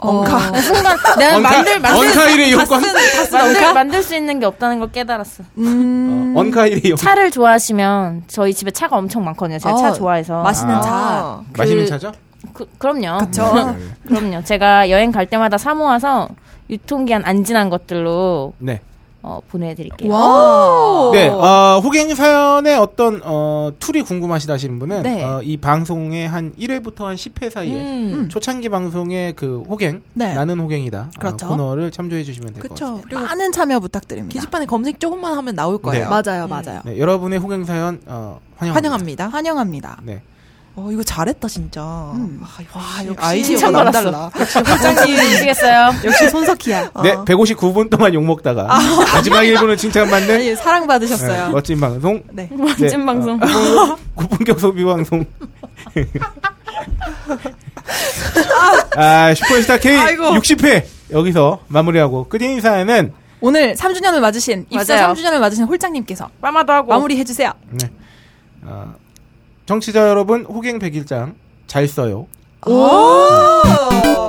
D: 뭔가
A: 순간
E: 어, 네.
A: 내가 아, 만들 만들
E: 언카일의 용광.
A: 만들, 만들 수 있는 게 없다는 걸 깨달았어.
D: 음.
E: 어, 언카일의 용.
A: 차를 좋아하시면 저희 집에 차가 엄청 많거든요. 제가
D: 어,
A: 차 좋아해서.
D: 맛있는
E: 아.
D: 차.
F: 자,
E: 마시는
A: 그-
E: 차죠?
A: 그, 그럼요.
D: 어.
E: 네, 네, 네.
A: 그럼요. 제가 여행 갈 때마다 사 모아서 유통기한 안 지난 것들로
E: 네.
A: 어, 보내드릴게요.
D: 와.
E: 네. 어, 호갱 사연의 어떤 어, 툴이 궁금하시다 하시는 분은
D: 네.
E: 어, 이 방송의 한 1회부터 한 10회 사이에
F: 음.
E: 초창기 방송의 그 호갱
D: 네.
E: 나는 호갱이다
D: 그렇죠.
E: 아, 코너를 참조해 주시면
F: 네,
E: 될 것 같습니다.
F: 그쵸. 그리고
D: 많은 참여 부탁드립니다.
F: 게시판에 검색 조금만 하면 나올
E: 네.
F: 거예요.
D: 맞아요.
F: 음.
D: 맞아요.
E: 네, 여러분의 호갱 사연 어, 환영합니다.
F: 환영합니다.
D: 환영합니다.
E: 네.
F: 어, 이거 잘했다, 진짜.
D: 음.
F: 아, 와, 역시
D: 아이디어가
F: 남달라.
A: 짱님 해주시겠어요?
D: 역시 손석희야.
E: 네, 159분 동안 욕 먹다가 마지막 1분은 칭찬받는
D: 아. 아니, 예, 사랑받으셨어요.
E: 네, 멋진 방송.
D: 네.
E: 네,
A: 멋진 방송.
E: 어, 고품격 소비 방송. 아, 슈퍼스타 K
D: 아이고.
E: 60회 여기서 마무리하고 끝인 인사에는
D: 오늘 3주년을 맞으신 입사
A: 맞아요.
D: 3주년을 맞으신 홀장님께서
A: 빠마도 하고.
D: 마무리 해주세요.
E: 네. 어, 정치자 여러분 호갱 101장 잘 써요.
D: 오.